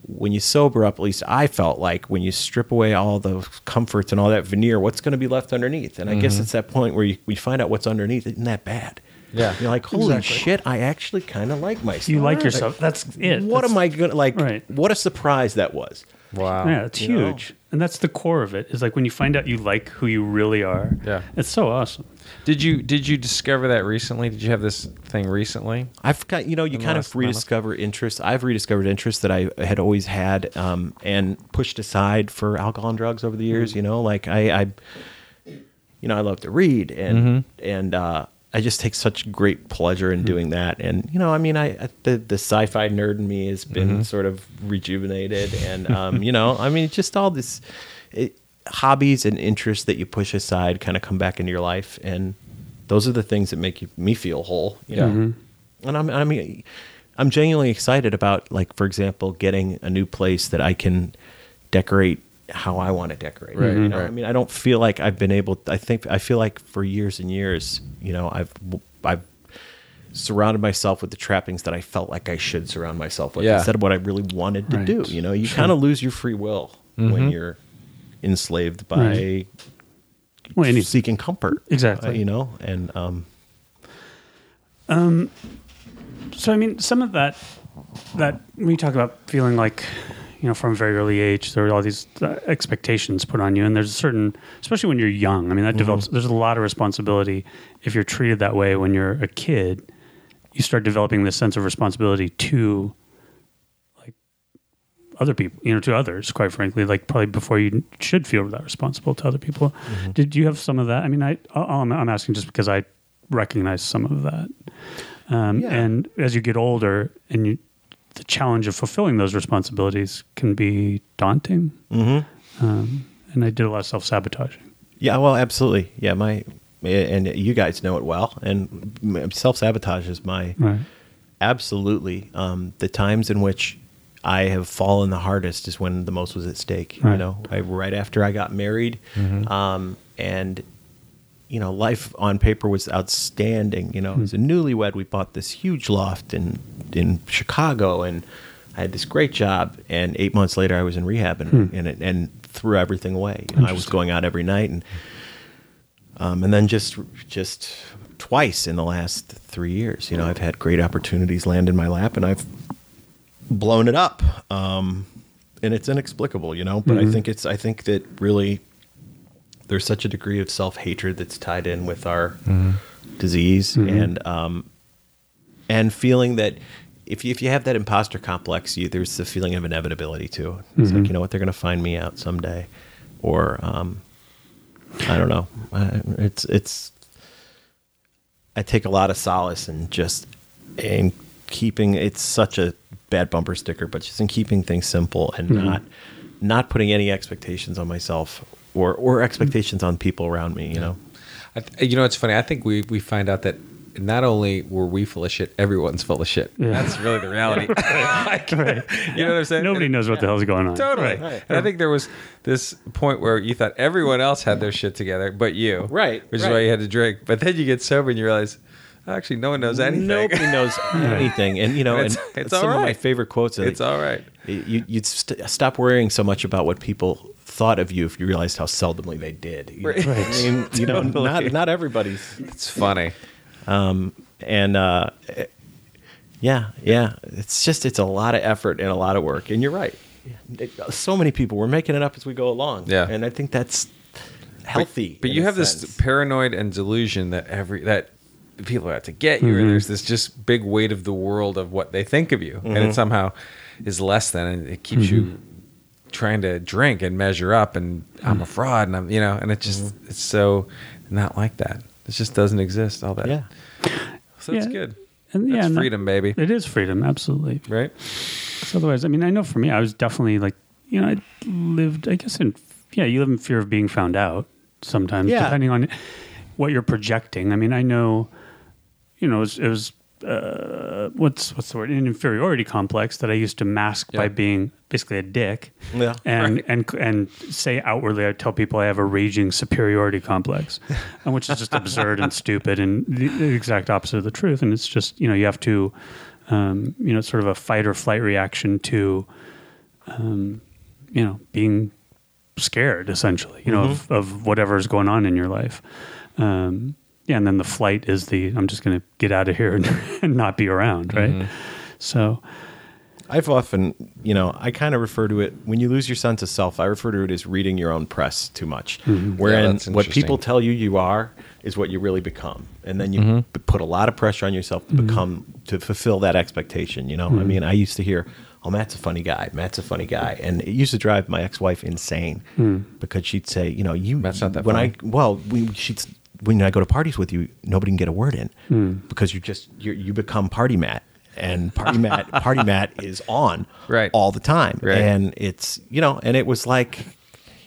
Speaker 4: when you sober up, at least I felt like when you strip away all the comforts and all that veneer, what's going to be left underneath? And I guess
Speaker 3: Mm-hmm.
Speaker 4: it's that point where you, we find out what's underneath. Isn't that bad?
Speaker 3: Yeah.
Speaker 4: You're like, holy shit, I actually kind of like myself.
Speaker 2: You like yourself. That's it.
Speaker 4: What
Speaker 2: That's-
Speaker 4: am I gonna like?
Speaker 2: Right.
Speaker 4: What a surprise that was.
Speaker 3: Wow.
Speaker 2: Yeah, it's
Speaker 4: You know?
Speaker 2: huge. And that's the core of it is like when you find out you like who you really are.
Speaker 3: Yeah.
Speaker 2: It's so awesome.
Speaker 3: Did you did you discover that recently? Did you have this thing recently?
Speaker 4: I've got you know you
Speaker 3: the
Speaker 4: kind
Speaker 3: last
Speaker 4: of
Speaker 3: month.
Speaker 4: rediscover interests. I've rediscovered interests that I had always had um, and pushed aside for alcohol and drugs over the
Speaker 3: Mm-hmm.
Speaker 4: years. You know, like I, I you know, I love to read and
Speaker 3: Mm-hmm.
Speaker 4: and uh, I just take such great pleasure in doing that. And you know, I mean, I, I the the sci-fi nerd in me has been
Speaker 3: Mm-hmm.
Speaker 4: sort of rejuvenated, and um, you know, I mean, just all this it, hobbies and interests that you push aside kind of come back into your life, and those are the things that make you, me feel whole. You know,
Speaker 3: Mm-hmm.
Speaker 4: and I'm I mean, I'm genuinely excited about like for example, getting a new place that I can decorate how I want to decorate.
Speaker 3: Right,
Speaker 4: you know?
Speaker 3: right.
Speaker 4: I mean, I don't feel like I've been able. I think I feel like for years and years, you know, I've I've surrounded myself with the trappings that I felt like I should surround myself with
Speaker 3: Yeah.
Speaker 4: instead of what I really wanted to
Speaker 2: Right.
Speaker 4: do. You know, you kind of lose your free will when you're enslaved by
Speaker 2: Right. Well, any,
Speaker 4: seeking comfort.
Speaker 2: Exactly.
Speaker 4: uh, you know, and um,
Speaker 2: so I mean, some of that that when you talk about feeling like you know from a very early age there are all these uh, expectations put on you and there's a certain especially when you're young i mean that develops there's a lot of responsibility if you're treated that way when you're a kid you start developing this sense of responsibility to like other people you know to others quite frankly like probably before you should feel that responsible to other people did you have some of that i mean i all I'm, I'm asking just because i recognize some of that um,
Speaker 4: Yeah.
Speaker 2: and as you get older and you the challenge of fulfilling those responsibilities can be daunting. Mm-hmm. Um, and I did a lot of self sabotaging.
Speaker 4: Yeah, well, absolutely. Yeah, my and you guys know it well. And self sabotage is my
Speaker 2: Right.
Speaker 4: absolutely um, the times in which I have fallen the hardest is when the most was at stake. You
Speaker 2: Right. Mm-hmm.
Speaker 4: know, I, right after I got married, um, and you know, life on paper was outstanding. You know,
Speaker 2: Hmm.
Speaker 4: as a newlywed, we bought this huge loft in in Chicago, and I had this great job. And eight months later, I was in rehab and
Speaker 2: Hmm.
Speaker 4: and, it, and threw everything away. You know, I was going out every night and um, and then just just twice in the last three years, you know, I've had great opportunities land in my lap, and I've blown it up, um, and it's inexplicable, you know. But I think it's I think that really there's such a degree of self hatred that's tied in with our disease, and um, and feeling that. If you, if you have that imposter complex, you, there's the feeling of inevitability too. It's like you know what they're going to find me out someday, or um, I don't know. I- It's it's. I take a lot of solace in just in keeping. It's such a bad bumper sticker, but just in keeping things simple and not not putting any expectations on myself or or expectations on people around me. You know.
Speaker 3: I th- you know, it's funny. I think we we find out that not only were we full of shit, everyone's full of shit. That's really
Speaker 2: <laughs>
Speaker 3: the reality. <laughs> Like, You know what I'm saying?
Speaker 2: Nobody knows what the hell's going on.
Speaker 3: Totally. And I think there was this point where you thought everyone else had their shit together but you.
Speaker 4: Right,
Speaker 3: Which is
Speaker 4: right.
Speaker 3: why you had to drink. But then you get sober and you realize, actually, no one knows anything. <laughs>
Speaker 4: Nobody knows anything, and you know,
Speaker 3: It's-
Speaker 4: and
Speaker 3: it's
Speaker 4: some
Speaker 3: all
Speaker 4: of my
Speaker 3: right.
Speaker 4: favorite quotes. Are
Speaker 3: It's all right.
Speaker 4: you, you'd st- stop worrying so much about what people thought of you if you realized how seldomly they did. You know?
Speaker 3: Right. <laughs>
Speaker 4: I mean, you know, not not everybody's
Speaker 3: It's funny.
Speaker 4: and uh, eh, yeah, yeah, it's just it's a lot of effort and a lot of work. And you're right, It- uh, so many people we're making it up as we go along.
Speaker 3: Yeah.
Speaker 4: and I think that's healthy.
Speaker 3: But
Speaker 4: in
Speaker 3: you
Speaker 4: a
Speaker 3: have this
Speaker 4: sense.
Speaker 3: paranoid and delusion that every that people are out to get you,
Speaker 4: Mm-hmm.
Speaker 3: and there's this just big weight of the world of what they think of you, and
Speaker 4: Mm-hmm.
Speaker 3: it somehow is less than, and it keeps you
Speaker 4: Mm-hmm.
Speaker 3: trying to drink and measure up, and
Speaker 4: Mm.
Speaker 3: I'm a fraud, and I'm you know, and it just
Speaker 4: Mm-hmm.
Speaker 3: it's so not like that. It just doesn't exist. All that,
Speaker 4: yeah.
Speaker 3: So it's
Speaker 2: Yeah.
Speaker 3: good.
Speaker 2: And yeah,
Speaker 3: That's
Speaker 2: and that-
Speaker 3: freedom, baby.
Speaker 2: It is freedom, absolutely.
Speaker 3: Right?
Speaker 2: 'Cause otherwise, I mean, I know for me, I was definitely like, you know, I lived, I guess, in, yeah, you live in fear of being found out sometimes,
Speaker 4: Yeah.
Speaker 2: depending on what you're projecting. I mean, I know, you know, it was, it was uh, what's, what's the word? An inferiority complex that I used to mask by
Speaker 3: Yeah.
Speaker 2: being basically a dick.
Speaker 4: Yeah.
Speaker 2: <laughs> and and and say outwardly I tell people I have a raging superiority complex, and which is just absurd and stupid and the, the exact opposite of the truth. And it's just you know you have to, um, you know, it's sort of a fight or flight reaction to, um, you know, being scared essentially, you know,
Speaker 4: Mm-hmm.
Speaker 2: of, of whatever's going on in your life. Um, yeah, and then the flight <laughs>
Speaker 4: Mm-hmm.
Speaker 2: is the I'm just going to get out of here and, and not be around, right? So
Speaker 4: I've often, you know, I kind of refer to it when you lose your sense of self. I refer to it as reading your own press too much, wherein
Speaker 3: Mm-hmm. that's
Speaker 4: what
Speaker 3: interesting. Mm-hmm.
Speaker 4: people tell you you are is what you really become, and then you b- put a lot of pressure on yourself to become to fulfill that expectation. You know,
Speaker 3: Mm-hmm.
Speaker 4: I mean, I used to hear. Oh, Matt's a funny guy. Matt's a funny guy, and it used to drive my ex-wife insane because she'd say, "You know, you
Speaker 3: Matt's Mm. not that
Speaker 4: when
Speaker 3: funny.
Speaker 4: I well, we, she'd when I go to parties with you, nobody can get a word in
Speaker 3: Hmm.
Speaker 4: because you just you you become party Matt, and
Speaker 3: <laughs>
Speaker 4: party Matt party Matt is on
Speaker 3: Right.
Speaker 4: all the time,
Speaker 3: Right.
Speaker 4: and it's you know, and it was like.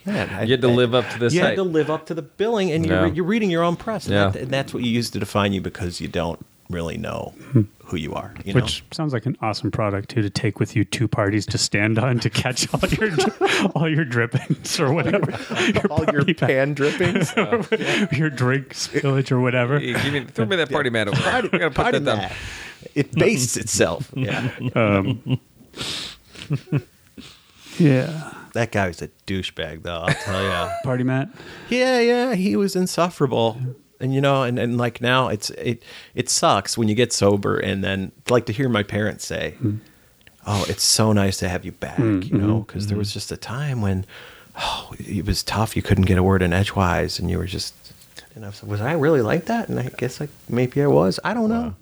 Speaker 4: Man, I,
Speaker 3: You had to live up to this
Speaker 4: You
Speaker 3: hype.
Speaker 4: had to live up to the billing, and you're,
Speaker 3: Yeah.
Speaker 4: you're reading your own press, and,
Speaker 3: Yeah.
Speaker 4: that, and that's what you use to define you because you don't really know
Speaker 3: Hmm.
Speaker 4: who you are. You
Speaker 2: Which sounds like an awesome product too to take with you to parties to stand on to catch
Speaker 4: <laughs>
Speaker 2: all your all your drippings or whatever.
Speaker 3: <laughs>
Speaker 4: know? all your
Speaker 2: party pack.
Speaker 4: pan drippings.
Speaker 2: your drink spillage or whatever.
Speaker 3: Hey, give me, throw me that party mat over. there. We <laughs> gotta put
Speaker 4: Party
Speaker 3: that down.
Speaker 4: Matt.
Speaker 3: <laughs>
Speaker 4: It bastes itself. Yeah.
Speaker 2: Yeah.
Speaker 4: That guy was a douchebag, though. I'll tell you.
Speaker 2: Party mat.
Speaker 4: yeah, yeah, he was insufferable. And you know, and, and like now, it's it it sucks when you get sober, and then like to hear my parents say,
Speaker 3: Hmm.
Speaker 4: "Oh, it's so nice to have you back," you know, because there
Speaker 3: hmm.
Speaker 4: was just a time when oh, it was tough. You couldn't get a word in edgewise, and you were just, and I was, was I really like that? And I guess like maybe I was. I don't know.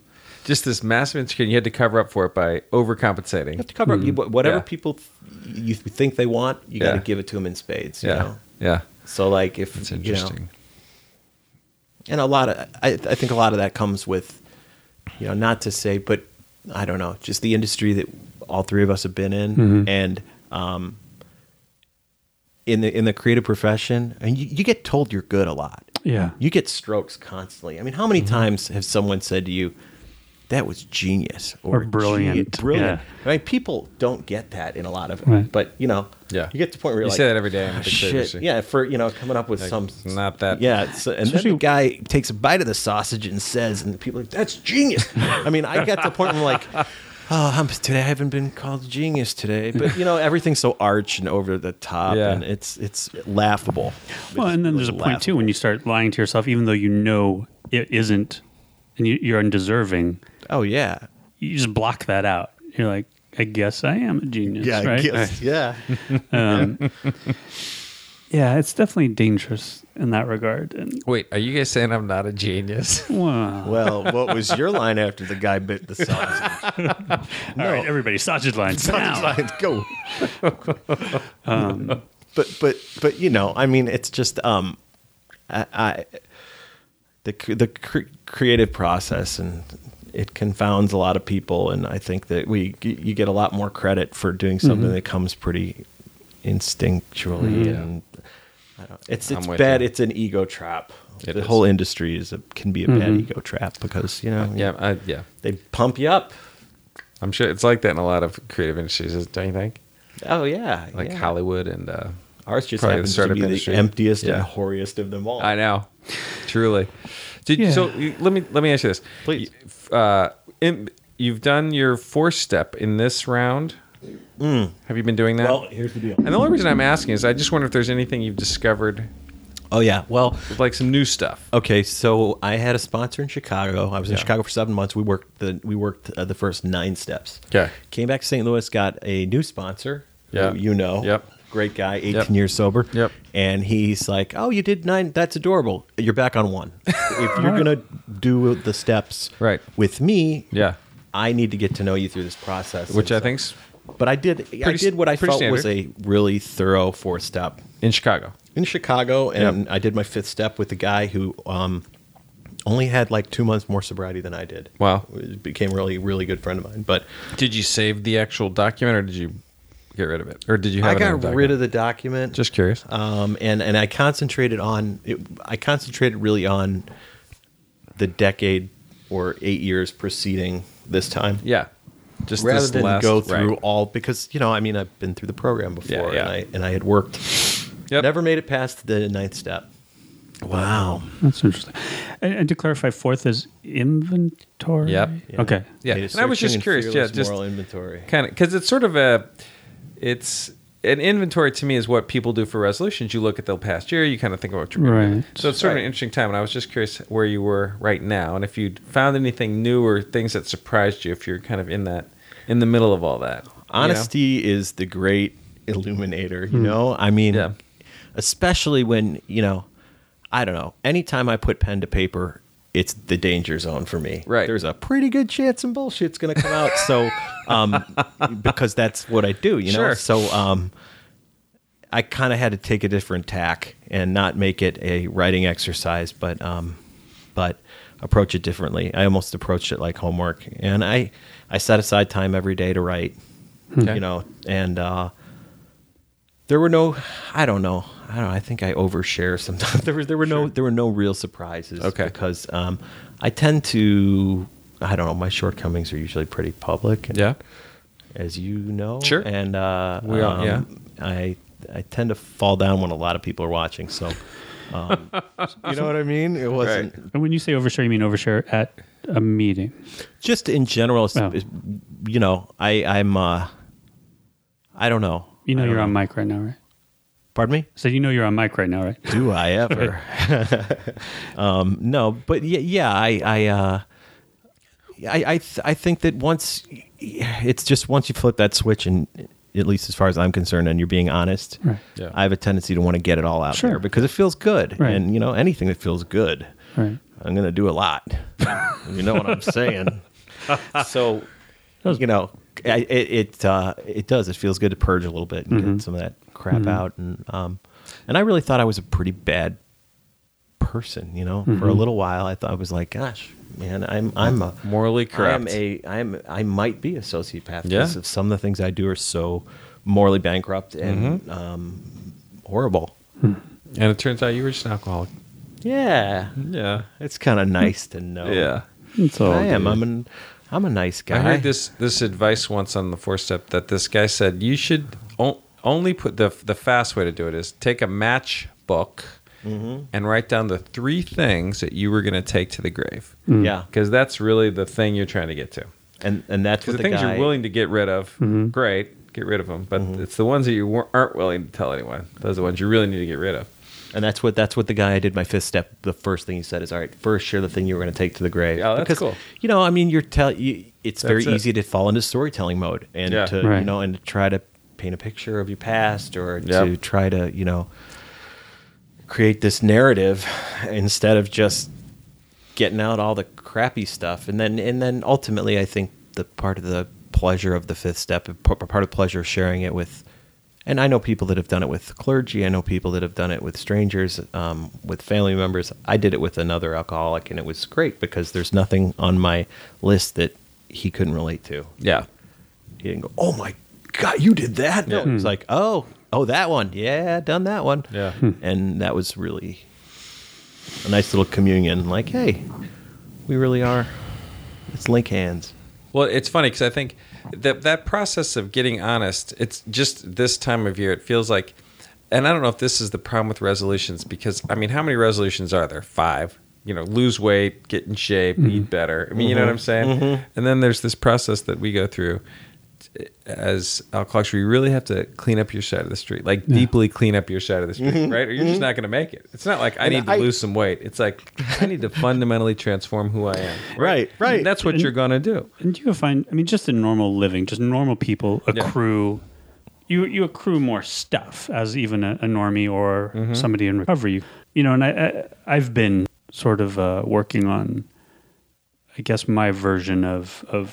Speaker 3: Just this massive insecurity. You had to cover up for it by overcompensating.
Speaker 4: You have to cover up you, whatever
Speaker 3: Hmm. Yeah.
Speaker 4: people th- you think they want. You got
Speaker 3: Yeah.
Speaker 4: to give it to them in spades. You
Speaker 3: yeah,
Speaker 4: know.
Speaker 3: yeah.
Speaker 4: So like if
Speaker 3: It's
Speaker 4: you know,
Speaker 3: interesting.
Speaker 4: and a lot of I, I think a lot of that comes with you know not to say but i don't know just the industry that all three of us have been in
Speaker 2: Mm-hmm.
Speaker 4: and um in the in the creative profession and you, you get told you're good a lot
Speaker 2: Yeah. Mm-hmm.
Speaker 4: you get strokes constantly i mean how many times has someone said to you that was genius or,
Speaker 2: Or brilliant.
Speaker 4: "Gee, brilliant
Speaker 2: Yeah.
Speaker 4: i mean people don't get that in a lot of it
Speaker 2: Right.
Speaker 4: but you know
Speaker 3: Yeah.
Speaker 4: you get to the point where you're
Speaker 3: You
Speaker 4: like,
Speaker 3: say that every day in
Speaker 4: "Ah,
Speaker 3: the creative
Speaker 4: shit.
Speaker 3: industry."
Speaker 4: yeah for you know coming up with some
Speaker 3: It's not that.
Speaker 4: yeah, it's, and then the guy takes a bite of the sausage and says, and people are like, "That's genius." I mean, I got to the point where I'm like, "Oh, I'm, today I haven't been called genius today," but you know, everything's so arch and over the top,
Speaker 3: Yeah.
Speaker 4: and it's it's laughable.
Speaker 2: Well, and then there's a point too when you start lying to yourself, even though you know it isn't, and you, you're undeserving.
Speaker 4: Oh yeah,
Speaker 2: You just block that out. You're like, I guess I am a genius.
Speaker 4: yeah,
Speaker 2: right?
Speaker 4: I guess, yeah.
Speaker 2: Yeah, it's definitely dangerous in that regard. And
Speaker 3: Wait, are you guys saying I'm not a genius?
Speaker 2: wow.
Speaker 4: <laughs> Well, what was your line after the guy bit the sausage?
Speaker 2: All right, everybody, sausage line.
Speaker 4: Sounds
Speaker 2: sound.
Speaker 4: like go.
Speaker 3: <laughs>
Speaker 4: Um, but but but you know, I mean, it's just um, I, I the cr- the cr- creative process and it confounds a lot of people, and I think that we you get a lot more credit for doing something that comes pretty instinctually and. I don't, it's
Speaker 3: I'm
Speaker 4: it's
Speaker 3: with
Speaker 4: bad.
Speaker 3: you.
Speaker 4: It's an ego trap.
Speaker 3: It
Speaker 4: the
Speaker 3: is.
Speaker 4: whole industry is a, can be a bad ego trap because you know
Speaker 3: yeah, I, yeah.
Speaker 4: they pump you up.
Speaker 3: I'm sure it's like that in a lot of creative industries, is- don't you think?
Speaker 4: Oh yeah,
Speaker 3: Like
Speaker 4: yeah.
Speaker 3: Hollywood and. Uh,
Speaker 4: Ours just
Speaker 3: Probably the
Speaker 4: happens to
Speaker 3: startup
Speaker 4: be
Speaker 3: industry.
Speaker 4: the emptiest
Speaker 3: Yeah.
Speaker 4: and hoariest of them all.
Speaker 3: I
Speaker 4: <laughs>
Speaker 3: know, truly. Did,
Speaker 2: Yeah.
Speaker 3: So you- let me let me ask you this,
Speaker 4: Please.
Speaker 3: Uh, in, you've done your four step in this round. Have you been doing that?
Speaker 4: Mm. Well, here's the deal.
Speaker 3: and the only reason I'm asking is I just wonder if there's anything you've discovered,
Speaker 4: Oh yeah. Well,
Speaker 3: like some new stuff.
Speaker 4: okay. So I had a sponsor in Chicago. I was in
Speaker 3: Yeah.
Speaker 4: Chicago for seven months. We worked the we worked uh, the first nine steps.
Speaker 3: Okay.
Speaker 4: Came back to St. Louis, got a new sponsor. who
Speaker 3: Yeah.
Speaker 4: You know.
Speaker 3: Yep.
Speaker 4: Great guy, 18
Speaker 3: Yep.
Speaker 4: years sober.
Speaker 3: Yep.
Speaker 4: And he's like, "Oh, you did nine. That's adorable. You're back
Speaker 3: <laughs>
Speaker 4: on one. if you're gonna do the steps
Speaker 3: Right.
Speaker 4: with me,
Speaker 3: Yeah,
Speaker 4: I need to get to know you through this process."
Speaker 3: which
Speaker 4: And
Speaker 3: I
Speaker 4: so-
Speaker 3: think's
Speaker 4: But I did. I
Speaker 3: Pretty-
Speaker 4: did what I
Speaker 3: pretty
Speaker 4: felt was a really thorough four step
Speaker 3: in Chicago.
Speaker 4: in Chicago, and I did my fifth step with a guy who um, only had like two months more sobriety than I did.
Speaker 3: Wow.
Speaker 4: became a really really good friend of mine. But
Speaker 3: Did you save the actual document, or did you get rid of it, or did you? Have
Speaker 4: I
Speaker 3: it on
Speaker 4: got
Speaker 3: the
Speaker 4: rid of
Speaker 3: document?
Speaker 4: the document.
Speaker 3: Just curious.
Speaker 4: um, and and I concentrated on it, I concentrated really on the decade or eight years preceding this time.
Speaker 3: yeah, just
Speaker 4: rather
Speaker 3: this
Speaker 4: than
Speaker 3: last-
Speaker 4: go through
Speaker 3: right.
Speaker 4: all because you know I mean I've been through the program before
Speaker 3: yeah.
Speaker 4: and I and I had worked.
Speaker 3: Yep.
Speaker 4: Never made it past the ninth step. Wow.
Speaker 2: That's interesting. And, and to clarify, fourth is inventory.
Speaker 3: Yep.
Speaker 2: Okay.
Speaker 3: Yeah,
Speaker 4: Made a
Speaker 3: and I was
Speaker 4: searching
Speaker 3: just
Speaker 4: and
Speaker 3: curious. Yeah,
Speaker 4: fearless
Speaker 3: just
Speaker 4: moral inventory.
Speaker 3: kind of because it's sort of a it's an inventory to me is what people do for resolutions you look at the past year you kind of think about what you're going to do
Speaker 2: Right.
Speaker 3: so it's sort of
Speaker 4: Right.
Speaker 3: an interesting time and i was just curious where you were right now and if you found anything new or things that surprised you if you're kind of in that in the middle of all that
Speaker 4: honesty is the great illuminator you know i mean
Speaker 3: Hmm. Yeah.
Speaker 4: especially when you know i don't know anytime i put pen to paper it's the danger zone for me
Speaker 3: Right.
Speaker 4: there's a pretty good chance some bullshit's gonna come out so
Speaker 3: <laughs>
Speaker 4: um because that's what i do you know
Speaker 3: Sure.
Speaker 4: so um i kind of had to take a different tack and not make it a writing exercise but um but approach it differently i almost approached it like homework and i i set aside time every day to write
Speaker 3: Okay.
Speaker 4: you know and uh there were no i don't know i don't know, i think i overshare sometimes <laughs> there was there were no there were no real surprises
Speaker 3: Okay.
Speaker 4: because um i tend to i don't know my shortcomings are usually pretty public and-
Speaker 3: Yeah.
Speaker 4: as you know
Speaker 3: Sure.
Speaker 4: and uh
Speaker 3: We are, yeah.
Speaker 4: i i tend to fall down when a lot of people are watching so
Speaker 3: <laughs>
Speaker 4: um, you know what i mean it wasn't
Speaker 2: And when you say overshare, you mean overshare at a meeting.
Speaker 4: just in general it's-
Speaker 2: Oh.
Speaker 4: it's- you know i i'm uh i don't know
Speaker 2: You know
Speaker 4: I don't
Speaker 2: you're on mic right now, right?
Speaker 4: pardon me
Speaker 2: So you know you're on mic right now, right?
Speaker 4: do
Speaker 2: <laughs>
Speaker 4: I ever? um, no, but yeah, yeah, I, I, uh, I, I, th- I think that once it's just once you flip that switch, and at least as far as I'm concerned, and you're being honest,
Speaker 2: Right.
Speaker 3: Yeah.
Speaker 4: I have a tendency to want to get it all out
Speaker 2: Sure.
Speaker 4: there because it feels good,
Speaker 2: Right.
Speaker 4: and you know anything that feels good,
Speaker 2: Right.
Speaker 4: I'm gonna do a lot. you know what I'm saying? so, you know, I, it it, uh, it does. It feels good to purge a little bit and get some of that crap out. And um, and I really thought I was a pretty bad person. You know, for a little while, I thought I was like, gosh, man, I'm I'm a
Speaker 3: Morally correct.
Speaker 4: I'm a I'm I might be a sociopath
Speaker 3: Yeah.
Speaker 4: because of some of the things I do are so morally bankrupt and um, horrible.
Speaker 3: and it turns out you were just an alcoholic.
Speaker 4: Yeah,
Speaker 3: Yeah.
Speaker 4: it's kind of nice to know.
Speaker 2: It's all
Speaker 4: I am.
Speaker 2: good.
Speaker 4: I'm an I'm a nice guy.
Speaker 3: Oh. I heard this this advice once on the four step that this guy said you should o- only put the the fast way to do it is take a match book and write down the three things that you were going to take to the grave
Speaker 4: Yeah,
Speaker 3: because that's really the thing you're trying to get to.
Speaker 4: and and that's
Speaker 3: Because the
Speaker 4: what the,
Speaker 3: things
Speaker 4: guy.
Speaker 3: you're willing to get rid of, great, get rid of them. But it's the ones that you wa- aren't willing to tell anyone. Those are the ones you really need to get rid of.
Speaker 4: and that's what that's what the guy I did my fifth step. The first thing he said is, "All right, first share the thing you were going to take to the grave."
Speaker 3: Yeah, that's
Speaker 4: because,
Speaker 3: cool.
Speaker 4: You know, I mean, you're tell you, it's very
Speaker 3: That's it.
Speaker 4: easy to fall into storytelling mode and
Speaker 3: Yeah.
Speaker 4: to
Speaker 2: Right.
Speaker 4: you know and to try to paint a picture of your past or to
Speaker 3: Yep.
Speaker 4: try to you know create this narrative instead of just getting out all the crappy stuff and then and then ultimately i think the part of the pleasure of the fifth step p- part of the pleasure of sharing it with and i know people that have done it with clergy i know people that have done it with strangers um, with family members i did it with another alcoholic and it was great because there's nothing on my list that he couldn't relate to
Speaker 3: Yeah.
Speaker 4: he didn't go oh my god you did that no
Speaker 3: Yeah.
Speaker 4: it was like oh oh that one yeah done that one
Speaker 3: Yeah.
Speaker 4: and that was really a nice little communion like hey we really are let's link hands
Speaker 3: Well, it's funny because I think that that process of getting honest, it's just this time of year, it feels like, and I don't know if this is the problem with resolutions because, I mean, how many resolutions are there? Five. You know, lose weight, get in shape,
Speaker 4: Mm-hmm.
Speaker 3: eat better. I mean, you know what I'm saying? And then there's this process that we go through t- as alcoholics where you really have to clean up your side of the street, like deeply clean up your side of the street, right? Or you're just not going to make it. It's not like I need to
Speaker 4: Mm-hmm. I-
Speaker 3: lose some weight. It's like I
Speaker 4: <laughs>
Speaker 3: need to fundamentally transform who I am.
Speaker 4: Right, right.
Speaker 3: And that's what you're going to do.
Speaker 2: And you find, I mean, just in normal living, just normal people
Speaker 3: Yeah.
Speaker 2: accrue, you you accrue more stuff as even a, a normie or somebody in recovery. You know, and I, I I've been sort of uh, working on, I guess, my version of of